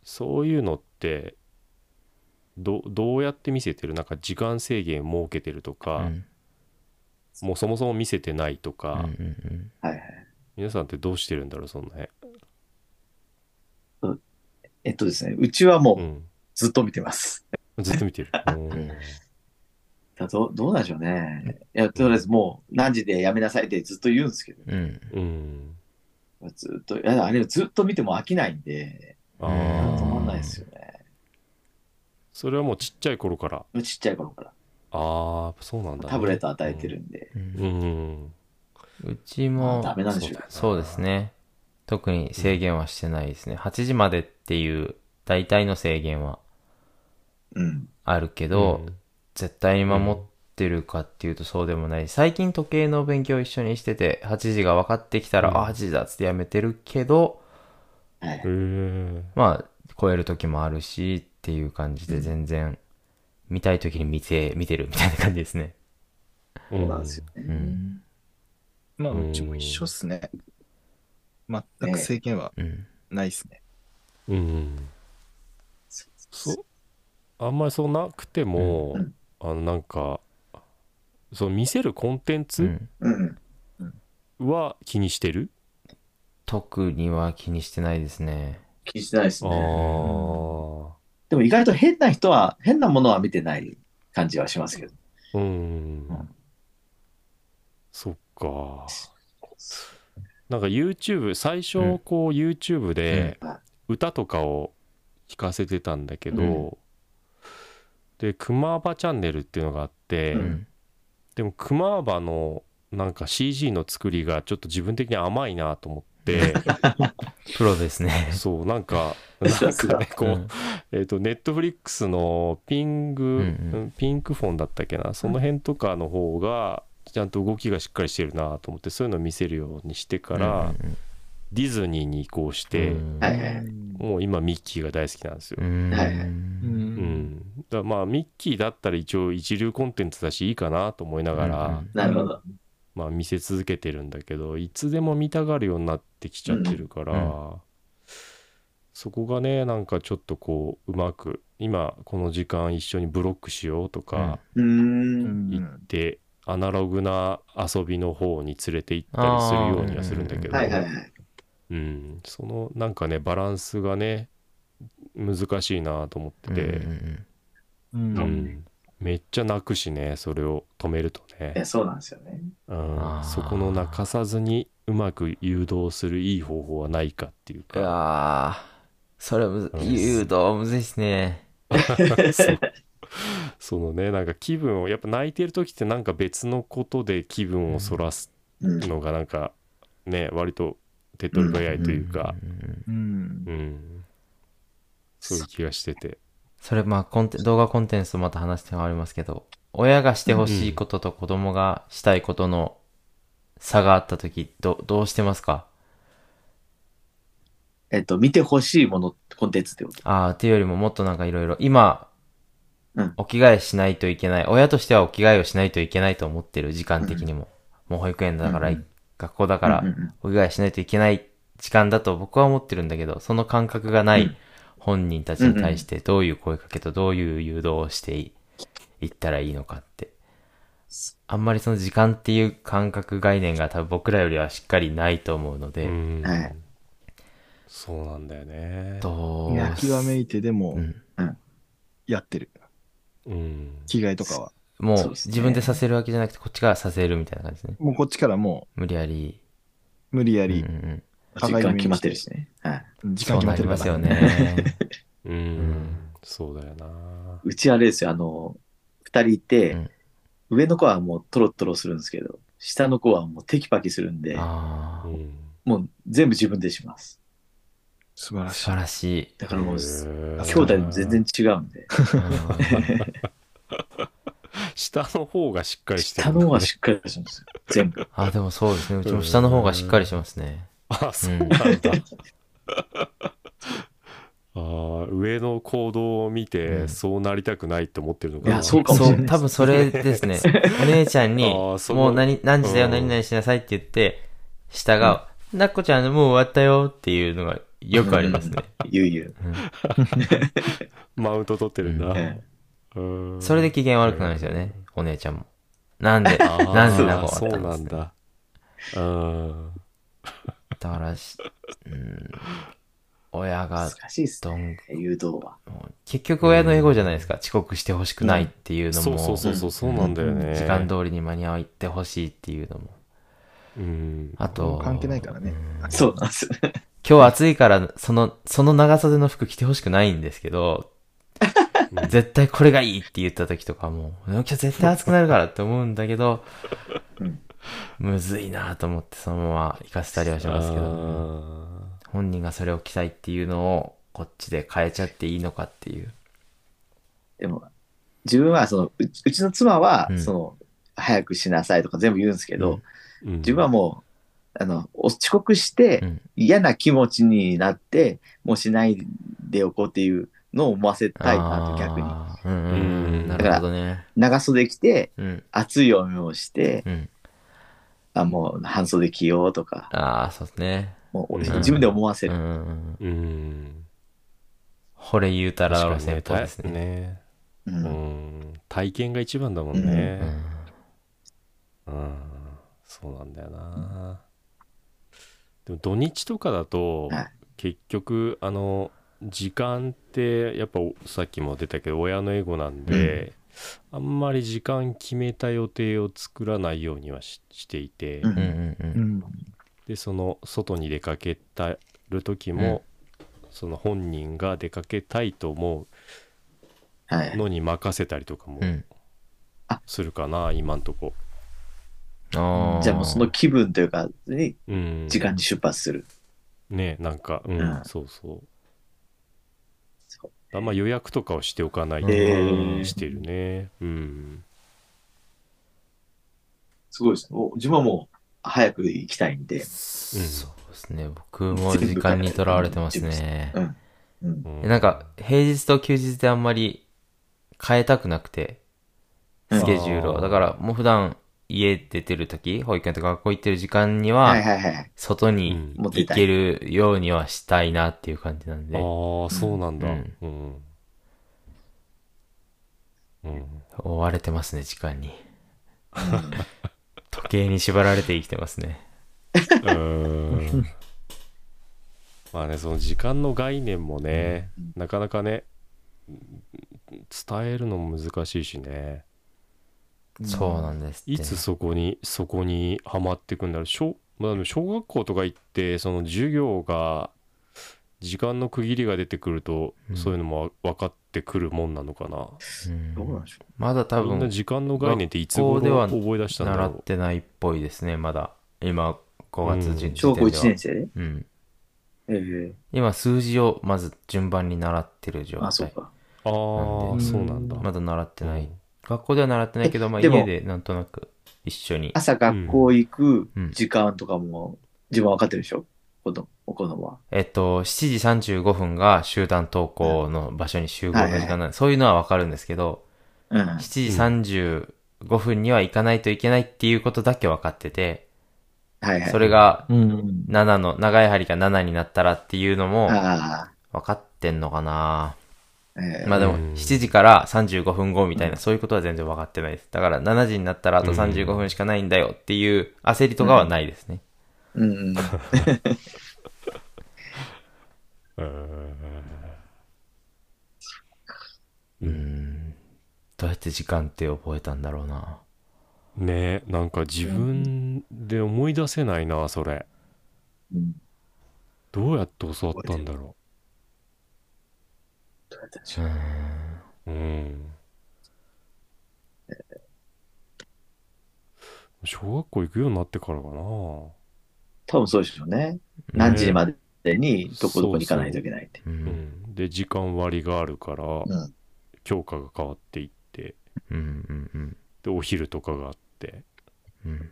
C: そういうのってどどうやって見せてるなんか時間制限設けてると
F: う
C: か、
F: ん
C: もうそもそも見せてないと
F: うん
C: か、
F: うん
D: はいはい。
C: 皆さんってどうしてるんだろうそんな辺、
D: えっとですね、うちはも
C: う、
D: うんずっと見てます。
C: ずっと見てる、うん
D: だどどうなんでしょうね。いや、とりあえずもう何時でやめなさいってずっと言うんですけど、
F: うん
C: うん、
D: ずっと、いや、あれずっと見ても飽きないんで、
C: あ
F: うん
D: 止
C: ー
D: まんないですよね。
C: それはもうちっちゃい頃から
D: ちっちゃい頃から
C: ああそうなんだね、
D: タブレット与えてるんで。
F: うん
C: うん、うん
F: うち
D: まあ
F: も
D: ダ、メなんでしょうけ
F: そうですね。特に制限はしてないですね。8時までっていう大体の制限は
D: ど。うん。
F: あるけ
C: ど
F: ど、絶対に守ってるかっていうとそうでもない。最近時計の勉強を一緒にしてて、8時が分かってきたら、
C: うん
F: あ、8時だっつってやめてるけど、
D: はい
C: へ。え
F: まあ、超える時もあるし、っていう感じで全然、見たい時に見て、見てるみたいな感じですね。
C: そ
D: そうなんですよ
F: う
D: ね。
F: ん。
E: まあ、
C: うん
E: うちも一緒っすね。全く制限は
F: うん。
E: ないっすね。
C: うんそうあんまりそうなくても、
D: うん
C: あのなんかその見せるコンテン
F: う
C: ツ
F: ん。
D: うん。
C: は気にしてる、
F: 特には気にしてないですね。
D: 気にしてないです
C: ああ
D: ね。でも意外と変な人は、変なものは見てない感じはしますけど。
C: うん、
D: ん
C: そっかなんか YouTube 最初こう YouTube で
D: うん
C: 歌とかを聴かせてたんだけど、
F: う
C: で「クマーバチャンネル」っていうのがあって、
F: うん。
C: でもクマーバのなんか CG の作りがちょっと自分的に甘いなと思って [laughs]
F: プロですね。
C: そうなんかなんかねこう、
F: ん
C: えっとネットフリックスのピング、
F: うんうん
C: ピンクフォンだったっけなその辺とかの方がちゃんと動きがしっかりしてるなと思ってそういうのを見せるようにしてから、
F: うんうんうん
C: ディズニーに移行して、
F: うん
D: はいはい
C: もう今ミッキーが大好きなんですよ、
F: うん
D: はいはい
E: うん
C: うんだからまあミッキーだったら一応一流コンテンツだしいいかなと思いながら、
F: うん
D: なるほど。
C: まあ、見せ続けてるんだけどいつでも見たがるようになってきちゃってるから、
F: うん
C: そこがねなんかちょっとこううまく今この時間一緒にブロックしようとか
D: うー。
E: うんん
C: 言って、アナログな遊びの方に連れて行ったりするようにはするんだけど、
D: はいはいはい。
C: うん、そのなんかねバランスがね難しいなと思ってて、
F: うんうん
E: うん
C: うんめっちゃ泣くしねそれを止めるとね
D: いや、。そうなんですよね。
C: うん
F: あー
C: そこの泣かさずにうまく誘導するいい方法はないかっていう
F: うんう
C: か
F: わーそれはむず
C: うん
F: 誘導むずいっすね。
D: [laughs]
C: そのねなんか気分をやっぱ泣いてる時ってなんか別のことで気分をそらす
D: うん。
C: のがなんかね割と手っ取り早いというか
F: んんうん
E: うん
C: うん、そういう気がしてて
F: それまあコンテ動画コンテンツとまた話変わりますけど、親がしてほしいことと子供がしたいことの差があった時どどうしてますか
D: えっと、見てほしいもの、コンテンツってこと。
F: ああ、っていうよりももっとなんかいろいろ、今、
D: うん
F: お着替えしないといけない。親としてはお着替えをしないといけないと思ってる、時間的にも。もう保育園だから、
D: うん
F: 学校だから、
D: うんうんうん
F: お着替えしないといけない時間だと僕は思ってるんだけど、その感覚がな
D: う
F: い
D: ん
F: 本人たちに対してどういう声かけとどういう誘導をしていいったらいいのかって。あんまりその時間っていう感覚概念が多分僕らよりはしっかりないと思うので、
C: うん
D: はい
C: そうなんだよね
F: ど
E: いや
F: うす
E: 極めいてでも
F: うん
E: やってる。
C: うん
E: 着替えとかは。
F: も
D: そう
F: う
D: ですね
F: 自分でさせるわけじゃなくてこっちがさせるみたいな感じですね。
E: もうこっちからも
F: 無理やり。
E: う無理や
F: うんう
E: り
F: ん
D: 時間決まってるしね。はい。
E: 時間決まってるから。
F: そうなりますよね。
C: うん、
F: ん
C: そうだよな
D: うちあれですよ、あの、二人いて、上の子はもうトロトロするんですけど、下の子はもうテキパキするんで、
F: あ
C: う
E: [laughs]
F: あ、
C: ん
D: もう全部自分でします。
E: 素晴らし
F: 素
E: い
F: 晴。らしい。
D: だからもう、兄
C: 兄
D: 弟も全然違うんで、
C: 下の方がしっかりして
D: 下
C: んだ
D: の
C: ね
D: 方はしっかりするんですよ。全部。
F: あ、でもそうですね。うちも下の方がしっかりしますね。
C: あ、そうなんだ。あー上の行動を見
F: う
C: て、
F: ん
C: そうなりたくないって思ってるのか
D: い
C: な。
D: やそうかもし
F: そ、
D: れないう
F: 多分それで
C: [laughs]
F: すね。お姉ちゃんに、
C: あーそう
F: もう何、何時だよ、
C: うん
F: 何々しなさいって言って、下が、なっこちゃんもう終わったよっていうのが [laughs] よくありますね。
D: うん。ゆうゆ
C: マウント取ってるんだ
D: う。うん。
C: うん
F: それで機嫌悪くなるんですよね。お姉ちゃんも。なんで、
C: あー
F: なんでなっこ終
C: そう
F: わったん
C: なんだ。うん。
F: だからし、うん、親が、
D: 難しいっす
F: ど
D: ね。
F: ん、
D: 誘導は。
F: もう結局親のエゴじゃないですか。遅刻してほしくないっていうの
C: そう
F: も、
C: そうそうそう、そうなんだよね。
F: 時間通りに間に合ってほしいっていうのも。
C: うん。
F: あと、
E: 関係ないからね。
D: そうなんですよ。 [laughs]
F: 今日暑いから、その、その長袖の服着てほしくないんですけど、絶対これがいいって言った時とかも、今日絶対暑くなるからって思うんだけど、
D: うん
F: むずいなと思ってそのまま行かせたりはし
C: あ
F: ますけど、
C: ー
F: 本人がそれを着たいっていうのを、こっちで変えちゃっていいのかっていう。
D: でも、自分はその、ううちの妻は
F: う、ん
D: その、早くしなさいとか全部言うんですけ
F: う
D: ど
F: ん、
C: うん
D: 自分はもう、あの、お遅刻して
F: う、ん。
D: 嫌な気持ちになって、もうしないでおこうっていうのを思わせたいなと逆に。
F: あーうんうんうん。なるほどね。
D: 長袖着て、
F: うん。
D: 熱い思いをして、
F: うん。
D: あ、もう半袖着ようとか、
F: ああ、そうですね。
D: もう俺
C: うん
D: 自分で思わせ
F: うん
D: る。
F: うんうん。
C: うん。
F: 惚れ言うたら
C: 確
F: ろ
C: かにね
F: 戦法です
C: た
F: ね。
C: ね
D: うん
C: うん。体験が一番だもん
F: う
C: ね。
F: ん
C: うん。そうなんだよな。でも土日とかだと、
D: はい
C: 結局、あの、時間って、やっぱさっきも出たけど、親のエゴなんで、あんまり時間決めた予定を作らないようにはししていて、
D: うん
F: うんうんう。
E: うんん。
C: でその外に出かけたる時も、その本人が出かけたいと思
D: は
C: う
D: い。
C: のに任せたりとかも
F: うん。
C: するかな、今んとこ、
F: ああ。
D: じゃあもうその気分というか、に
C: うん、
D: 時間に出発する。
C: ねなんかうん、
D: うん
C: そうそう
D: そう
C: あんま予約とかをしておかないよう
D: へ
C: に
D: ー
C: してるねうん
D: すごいですね。もう自分はもう早く行きたいんで。
F: そうですね。僕も時間にとらわれてますね。
D: うん。うん。
C: うん
F: えなんか、平日と休日であんまり変えたくなくて、
D: うん
F: スケジュール
C: あ
F: を。
C: ー
F: だから、もう普段家出てる時、保育園とか学校行ってる時間に
D: はい
F: は、
D: はいはい。
F: 外
C: う
F: に
C: ん
D: 持ってい
F: 行
D: たい
F: けるようにはしたいなっていう感じなんで、
C: ああそうなんだう
F: うんん、
C: うん
F: 追われてますね、時間に。時計に縛られて生きてますね。
C: うーん [laughs] まあねその時間の概念もね、なかなかねうん伝えるのも難しいしね
F: そうなんですって。
C: いつそこにそこにはまっていくんだろう小,、まあ、でも小学校とか行ってその授業が時間の区切りが出てくると、
F: うん
C: そういうのも分かってくるもんなのかな
F: うん
D: どうなんでしょ
F: まだ多
C: みんな
F: 分、
C: 時間の概念っていつ
F: 学校で
C: 頃
F: は
C: 覚え出したんだ
F: 習
C: ろ
F: っ
C: う
F: てないっぽいですね、まだ。今、5月時
C: うん
D: う。
F: 時点で
D: 小
F: は。
D: 学校1年生で
F: うん。
D: ええ
F: 今、数字をまず順番に習ってる状態。
D: あ、そうか。
C: ああ
F: なん
C: ー
E: で
C: そうなんだ、
F: まだ習ってない。
C: うん
F: 学校では習ってないけど、まあ、
D: でも
F: 家でなんとなく一緒に。
D: 朝学校行く
F: うん
D: 時間とかも自分は分かってるでしょ子供、お子供は。
F: えっと、7時35分が集団登校の場所に集合の時間なんで、そういうのはわかるんですけど、
D: うん。
F: 7時35分には行かないといけないっていうことだけ分かってて、
D: はいはい。
F: それが
E: うん。
F: 7の、長い針が7になったらっていうのも
D: あ
F: 分かってんのか
D: あ、
F: な
D: ええ
F: まあでも、
C: うん
F: 7時から35分後みたいな、そういうことは全然分かってないです。だから、7時になったらあと35分しかないんだよっていう焦りとかはないですね。
D: うん。
C: うん
F: うんどうやって時間って覚えたんだろうな。
C: ねなんか自分で思い出せないなそれ
D: うん
C: どうやって教わったんだろ
D: どうやったでしょ
F: う
C: うう
F: ん。
C: ん小学校行くようになってからかな
D: う多分そうでしょうね。何時までにどこどこに行かないといけないって。
F: う。
C: うんん、で時間割があるから、
D: うん
C: 教科が変わっていって
F: うん。うん。うん
C: でお昼とかがあって
F: うん。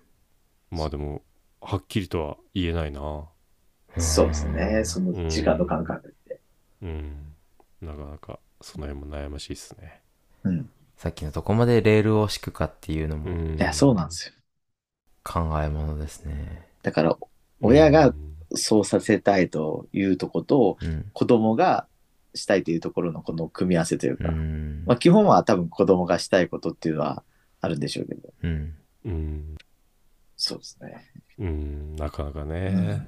C: まあでもはっきりとは言えないな
D: そうですね。その時間の感覚って。
C: うんなかなかその辺も悩ましいっすね
D: うん。
F: さっきのどこまでレールを敷くかっていうの
C: う
F: も
C: ん
D: いや、そうなんですよ。
F: 考えものですね。
D: だから、親が
C: うん
D: そうさせたいというとこと、
F: うん。
D: 子供がしたいというところのこの組み合わせという
F: う
D: か、
F: ん
D: まあ基本は多分子供がしたいことっていうのはあるんでしょうけど、
F: うん。
C: うん
D: そうですね。
C: うん、なかなかね、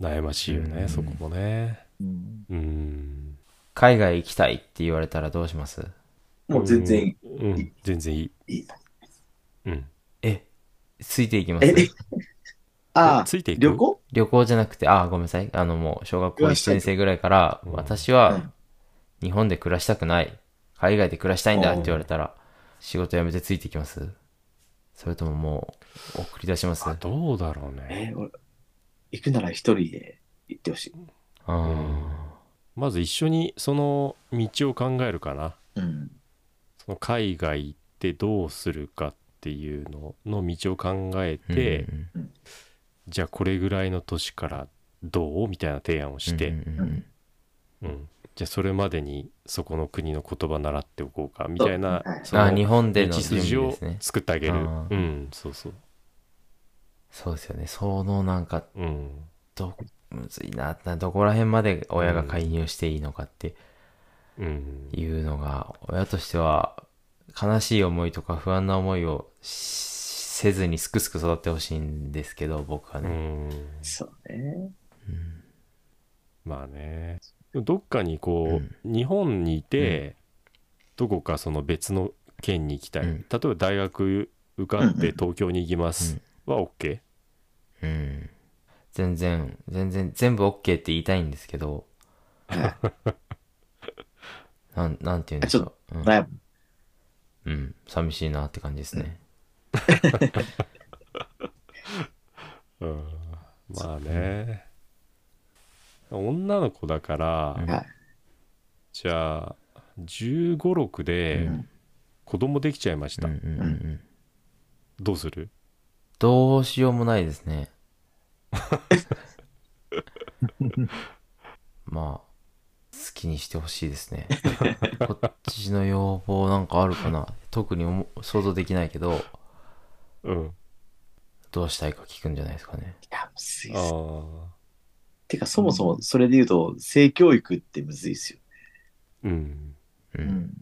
C: 悩ましいよね、
F: うん
C: そこもね。
E: うん。
C: うん。
F: 海外行きたいって言われたらどうします
D: もう全然い
C: うん、うん全然いい。
D: い。いい
C: うん。
F: え、ついていきます
D: え、ああ、
C: ついていく
D: 旅行
F: 旅行じゃなくて、あー、ごめんなさい。あのもう、小学校1年生ぐらいから、
C: うん
F: 私
D: う
F: は
D: ん
F: 日本で暮らしたくない。海外で暮らしたいんだって言われたら、仕事辞めてついてきますそれとももう、送り出します
C: あどうだろうね。
D: えー俺、行くなら一人で行ってほしい。
F: あー
C: まず一緒にその道を考えるかな。
D: うん。
C: その海外行ってどうするかっていうのの道を考えて、
F: うん
C: じゃあこれぐらいの年からどうみたいな提案をして、
F: うんうんうん
C: うんじゃあそれまでにそこの国の言葉習っておこうかみたいな
D: そうはい
C: その
F: あ日本での
C: 道
F: 準備
C: 筋を
F: ですね
C: 作ってあげる
F: あー
C: うんそうそう
F: そうですよね。そのなんか、
C: うん。
F: ど、むずいな、などこら辺まで親が介入していいのかって
C: うん。
F: いうのが、親としては、悲しい思いとか不安な思いをしせずにすくすく育ってほしいんですけど、僕は
C: う
F: ね。
C: ん。
D: そうね。
F: うん
C: まあね。どっかにこう、
F: う
C: 日本にいて、どこかその別の県に行きたい。
F: うん
C: 例えば大学受かっ
D: うんう
C: て東京に行きます、は OK?
F: うん。全然、全然、全部 OK って言いたいんですけ [laughs] ど、
D: は
F: なん、なんて言うんでしょう。うん
D: い。まあ
F: うん、寂しいなって感じですね。
C: うん。まあね。女の子だから、
F: うん
D: はい
C: じゃあ、15、6で
D: うん
C: 子供できちゃいまし
F: う
C: た。
F: んうんうんうん。
C: どうする
F: どうしようもないです [laughs] ね。まあ、好きにしてほしいですね。こっちの要望なんかあるかな特に思想像できないけど、
C: うん。
F: どうしたいか聞くんじゃないですかね。
D: いや、むずいっ
C: あ
D: す
C: あ。
D: てか、そもそもそれで言うと、性教育ってむずいっすよ。
C: うん。
F: う、
D: うんん。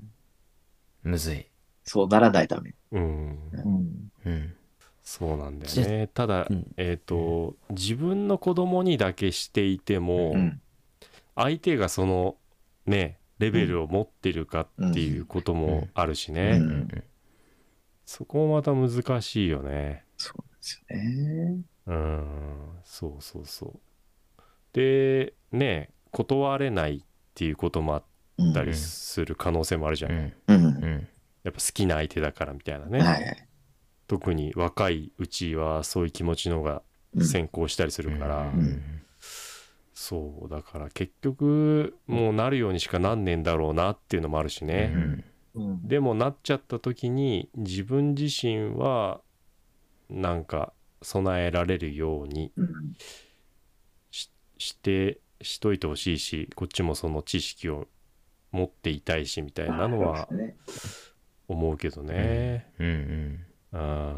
F: むずい。
D: そうならないため。
C: うん。
D: うん。
F: うん。
C: そうなんだ
F: じ
C: よ
F: ゃ
C: ね。ただ、
F: うん
C: えっ、と、自分の子供にだけしていても、
D: うん。
C: 相手がその、ね、レベルを持ってるかっていうこともあるしね。
F: うん
D: うん
F: うん
C: そこもまた難しいよね。
D: そうなんですよね。
C: うん。そうそうそう。で、ね、断れないっていうこともあ
D: うん
C: ったりする可能性もあるじゃ
F: う
C: ない、
F: ん。
D: うん。
F: うん。
C: やっぱ好きな相手だからみたいなね。
D: はいはい。
C: 特に若いうちはそういう気持ちの方が
D: うん
C: 先行したりするから、
F: うん
C: そうだから結局もうなるようにしかなんねえんだろうなっていうのもあるし
F: う
C: ね、
F: ん
D: うん
C: でもなっちゃった時に自分自身はなんか備えられるように
D: うん
C: ししてしといてほしいしこっちもその知識を持っていたいしみたいなのは
D: そうですね
C: 思うけどね、
F: うんうん。
C: あ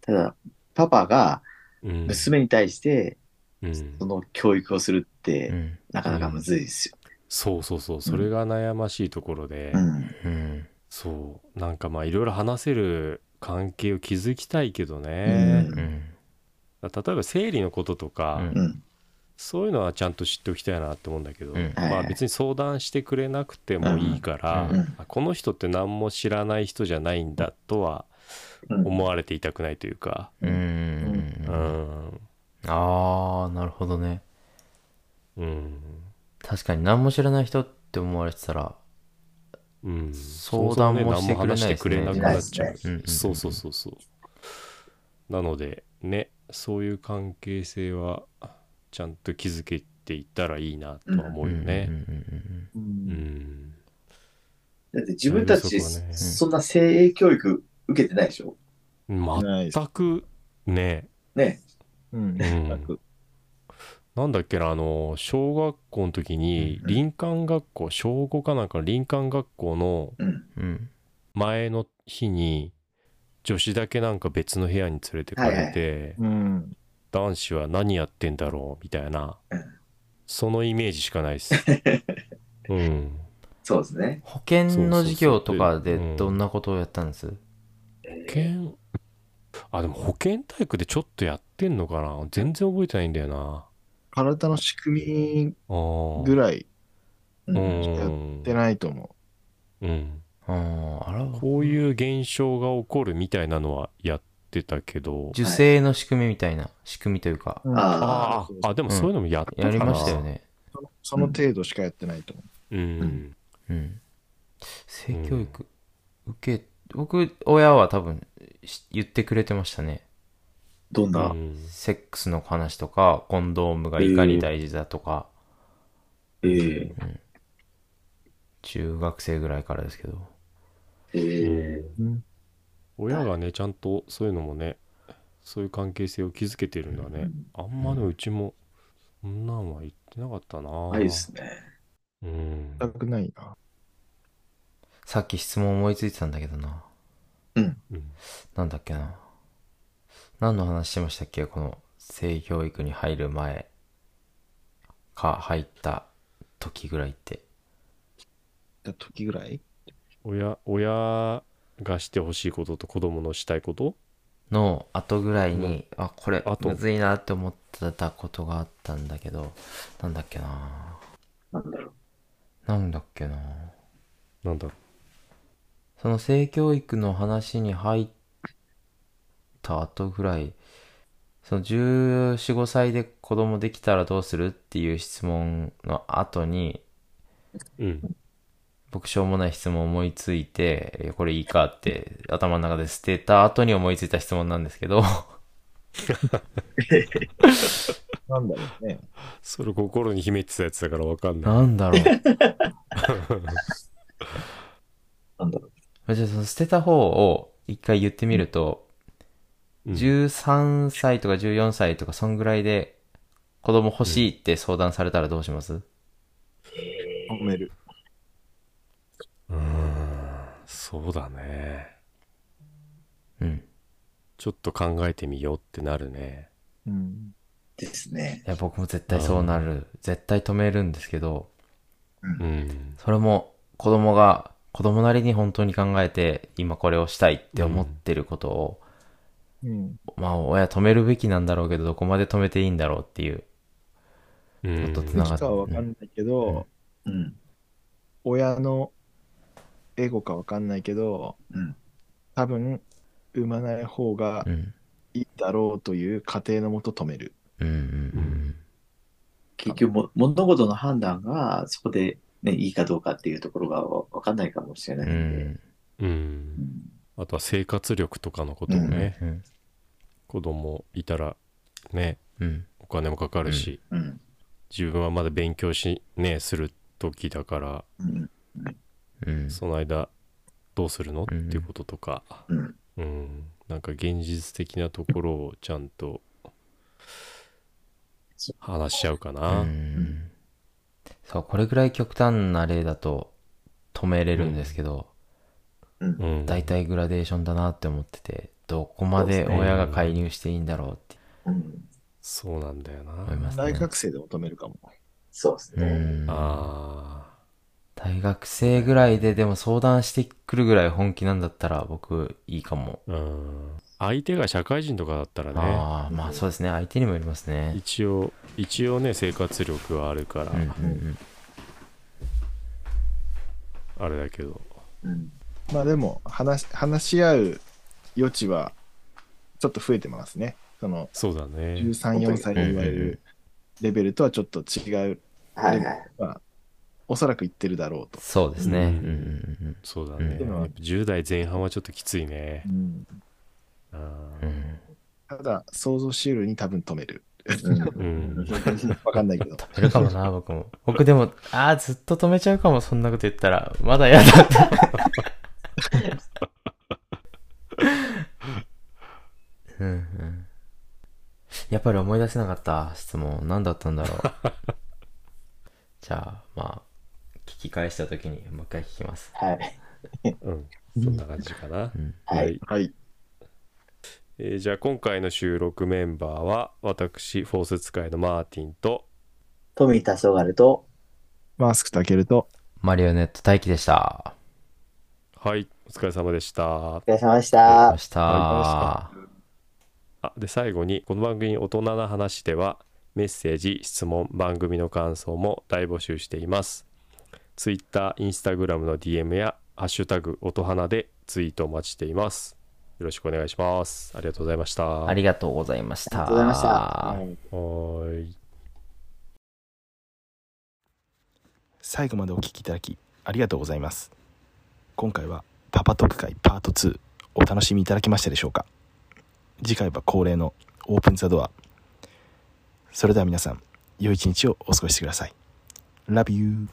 D: ただ、パパが
C: ーうん
D: 娘に対して、
C: うん
D: その教育をするっ
F: う
D: て、
F: ん
D: なかなかむずいですよ。
C: そうそうそうそれが悩ましいところで、
D: うん。
F: うん。
C: そうなんかまあいろいろ話せる関係を築きたいけど
D: う
C: ね、
D: ん
F: うん。
C: 例えば生理のこととか、
F: うん
D: うん。
C: そういうのはちゃんと知っておきたいなって思うんだけど、
F: うん
C: まあ別に相談してくれなくてもいいから、
D: うん
C: あこの人って何も知らない人じゃないんだとは
D: うん
C: 思われていたくないというか、
F: うん。
C: う
F: うん。
C: ん
F: ああ、なるほどね。
C: うん
F: 確かに何も知らない人って思われてたら、
C: うん、
F: 相談もしてくれないですね
C: そもそもね何も話してくれなくなっちゃう、
F: うんうんうん
C: そうそうそうそうなのでねそういう関係性はちゃんと築けていったらいいなとは思うよ
F: うん
C: ね
F: うんうん
C: うん、
D: だって自分たち、
C: そこはね
D: そんな精鋭教育受けてないでしょ
E: ないです
C: 全くね、
D: ね。
E: うん。
C: うんなんだっけなあの小学校の時に
D: うんう
C: 林
D: ん
C: 間学校小5かなんかの林間学校の
D: うん。
F: うん。うん。
C: 前の日に女子だけなんか別の部屋に連れてかれて、
E: うん。
C: 男子は何やってんだろうみたいな、
D: うん
C: そのイメージしかないですうん
D: そうですね。
F: 保険の授業とか
C: そうそうそうう
F: で
C: ん
F: どんなことをやったんです
C: 保険あでも保健体育でちょっとやってんのかな全然覚えてないんだよな
E: 体の仕組
C: あー
E: みぐらい
D: うん
C: うん
E: でないと思
C: うん
F: ああ、あら、
C: こういう現象が起こるみたいなのはやってたけど
F: 受精の仕組みみたいな、仕組みというか、
E: う。うん
D: あ
C: あ
E: そう
C: ーあでもそういうのもやったかな、
F: やりましたよね。
E: そのその程度しかやってないと思
C: うん
F: うん。性教育、受け、僕、親は多分し言ってくれてましたね。
D: ど
C: う
D: んな、
C: ん
F: セックスの話とか、コンドームがいかに大事だとか、
D: ええ
F: 中学生ぐらいからですけど。
D: ええ
E: う。うん。
C: 親がねちゃんとそういうのもねそういう関係性を築けてるんだね、あんまねうちもそんなんは言ってなかったな
D: ないですね。
C: うん
E: 全くないな。
F: さっき質問思いついてたんだけどな。
D: うん。
C: うん
F: なんだっけな。何の話してましたっけこの性教育に入る前か入った時ぐらいって。
E: た時ぐらい
C: 親、親がしてほしいことと子供のしたいこと
F: の後ぐらいに、あ、これ、
C: 後
F: むずいなって思ってたことがあったんだけど、なんだっけな
D: なんだろう。
F: なんだっけな
C: なんだろ
F: その性教育の話に入った後ぐらい、その14、5歳で子供できたらどうするっていう質問の後に、
C: う。うん。
F: 僕しょうもない質問思いついて、いやこれいいかって頭の中で捨てた後に思いついた質問なんですけど、
E: なんだろうね。
C: それ心に秘めてたやつだからわかんない。
F: なんだ [laughs] ろう。
D: なんだろう。
F: じゃあその捨てた方を一回言ってみると、
C: [laughs] うん
F: 13歳とか14歳とかそんぐらいで子供欲しいって相談されたらどうします、
E: 褒める。
C: うーん。そうだね。
F: うん。
C: ちょっと考えてみようってなるね。
E: うん。
D: ですね。
F: いや、僕も絶対そうなる。絶対止めるんですけど、
C: うん。
F: それも子供が子供なりに本当に考えて今これをしたいって思ってることを、
E: うん。
F: まあ親止めるべきなんだろうけど、どこまで止めていいんだろうっていう。
C: うん
F: ちょっとつ
E: 時
F: ながっ
E: かはわかんないけど、
F: うん
D: うん。
E: 親のエゴかわかんないけど、
D: うん
E: 多分産まない方が
F: うん。
E: いいだろうという家庭のもと止める。
F: うんうん
D: 結局も、物事の判断が、そこで、ね、いいかどうかっていうところがわわかんないかもしれな
F: う
D: い
F: ん。うん
D: で。
F: ん。
C: うん。あとは生活力とかのことも
F: うん。
C: ね、
F: うん
C: 子供いたらね、
F: うん。
C: お金もかかるし、
D: うん。うん。
C: 自分はまだ勉強し、ね、する時だから、
D: うん。
F: うん。
C: その間どうするの、
F: うん
C: っていうこととか、
D: うん。
C: うん、なんか現実的なところをちゃんと話しちゃうかな。
F: うんそう、これぐらい極端な例だと止めれるんですけど、
C: うん、
F: 大体グラデーションだなって思ってて、どこまで親が介入していいんだろうって
D: うん。
C: そうなんだよな。
F: 思います
E: 大
F: ね。
E: 学生でも止めるかも。
D: そうです
F: う
D: ね。
F: ん
C: あ
F: 大学生ぐらいででも相談してくるぐらい本気なんだったら僕いいかも。
C: あ、うん。相手が社会人とかだったらね、
F: ああ、まあそうですね。相手にもよりますね。
C: 一応、一応ね、生活力はあるから、
F: うんうん
C: あれだけど。
D: うん。
E: まあでも話話し合う余地はちょっと増えてますね。その
C: そうだね。
E: 13、4歳に言われるレベルとはちょっと違う、
D: はいはい。
E: おそらく言ってるだろうと。
F: そうですね。
C: う
F: うんんうん
C: そうだね。
F: うん
C: やっぱ10代前半はちょっときついね。あ
F: うんう
C: ー
F: ん。
E: ただ想像しうるに多分止める。
D: う
C: うんん。
E: わかんないけど。
F: いるかもな、僕も。僕でも、ああ、ずっと止めちゃうかも、そんなこと言ったら。まだやだって。うんうん。やっぱり思い出せなかった質問。何だったんだろう。じゃあ、まあ、聞き返した時にもう一回聞きます。
D: はい。
C: うん。そんな感じかな
F: う。ん。
D: はい。
E: [laughs] はい。
C: えーじゃあ今回の収録メンバーは私フォース使いのマーティンと
D: 富田そがると、
E: マスクたけると。
F: マリオネット大輝でした。
C: はいお疲れ様でした
D: お疲れ様でし
F: あ
D: た
F: り。した。
C: あで最後にこの番組「大人な話」ではメッセージ質問番組の感想も大募集しています Twitter、Instagram の DM や「ハッシュタグ音花」でツイートお待ちしていますよろしくお願いしますありがとうございました
F: ありがとうございました。
D: ありがとうございました
C: はーい
E: 最後までお聞きいただきありがとうございます今回はパパ特会パート2お楽しみいただけましたでしょうか次回は恒例のオープンザドアそれでは皆さん良い一日をお過ごしください Love you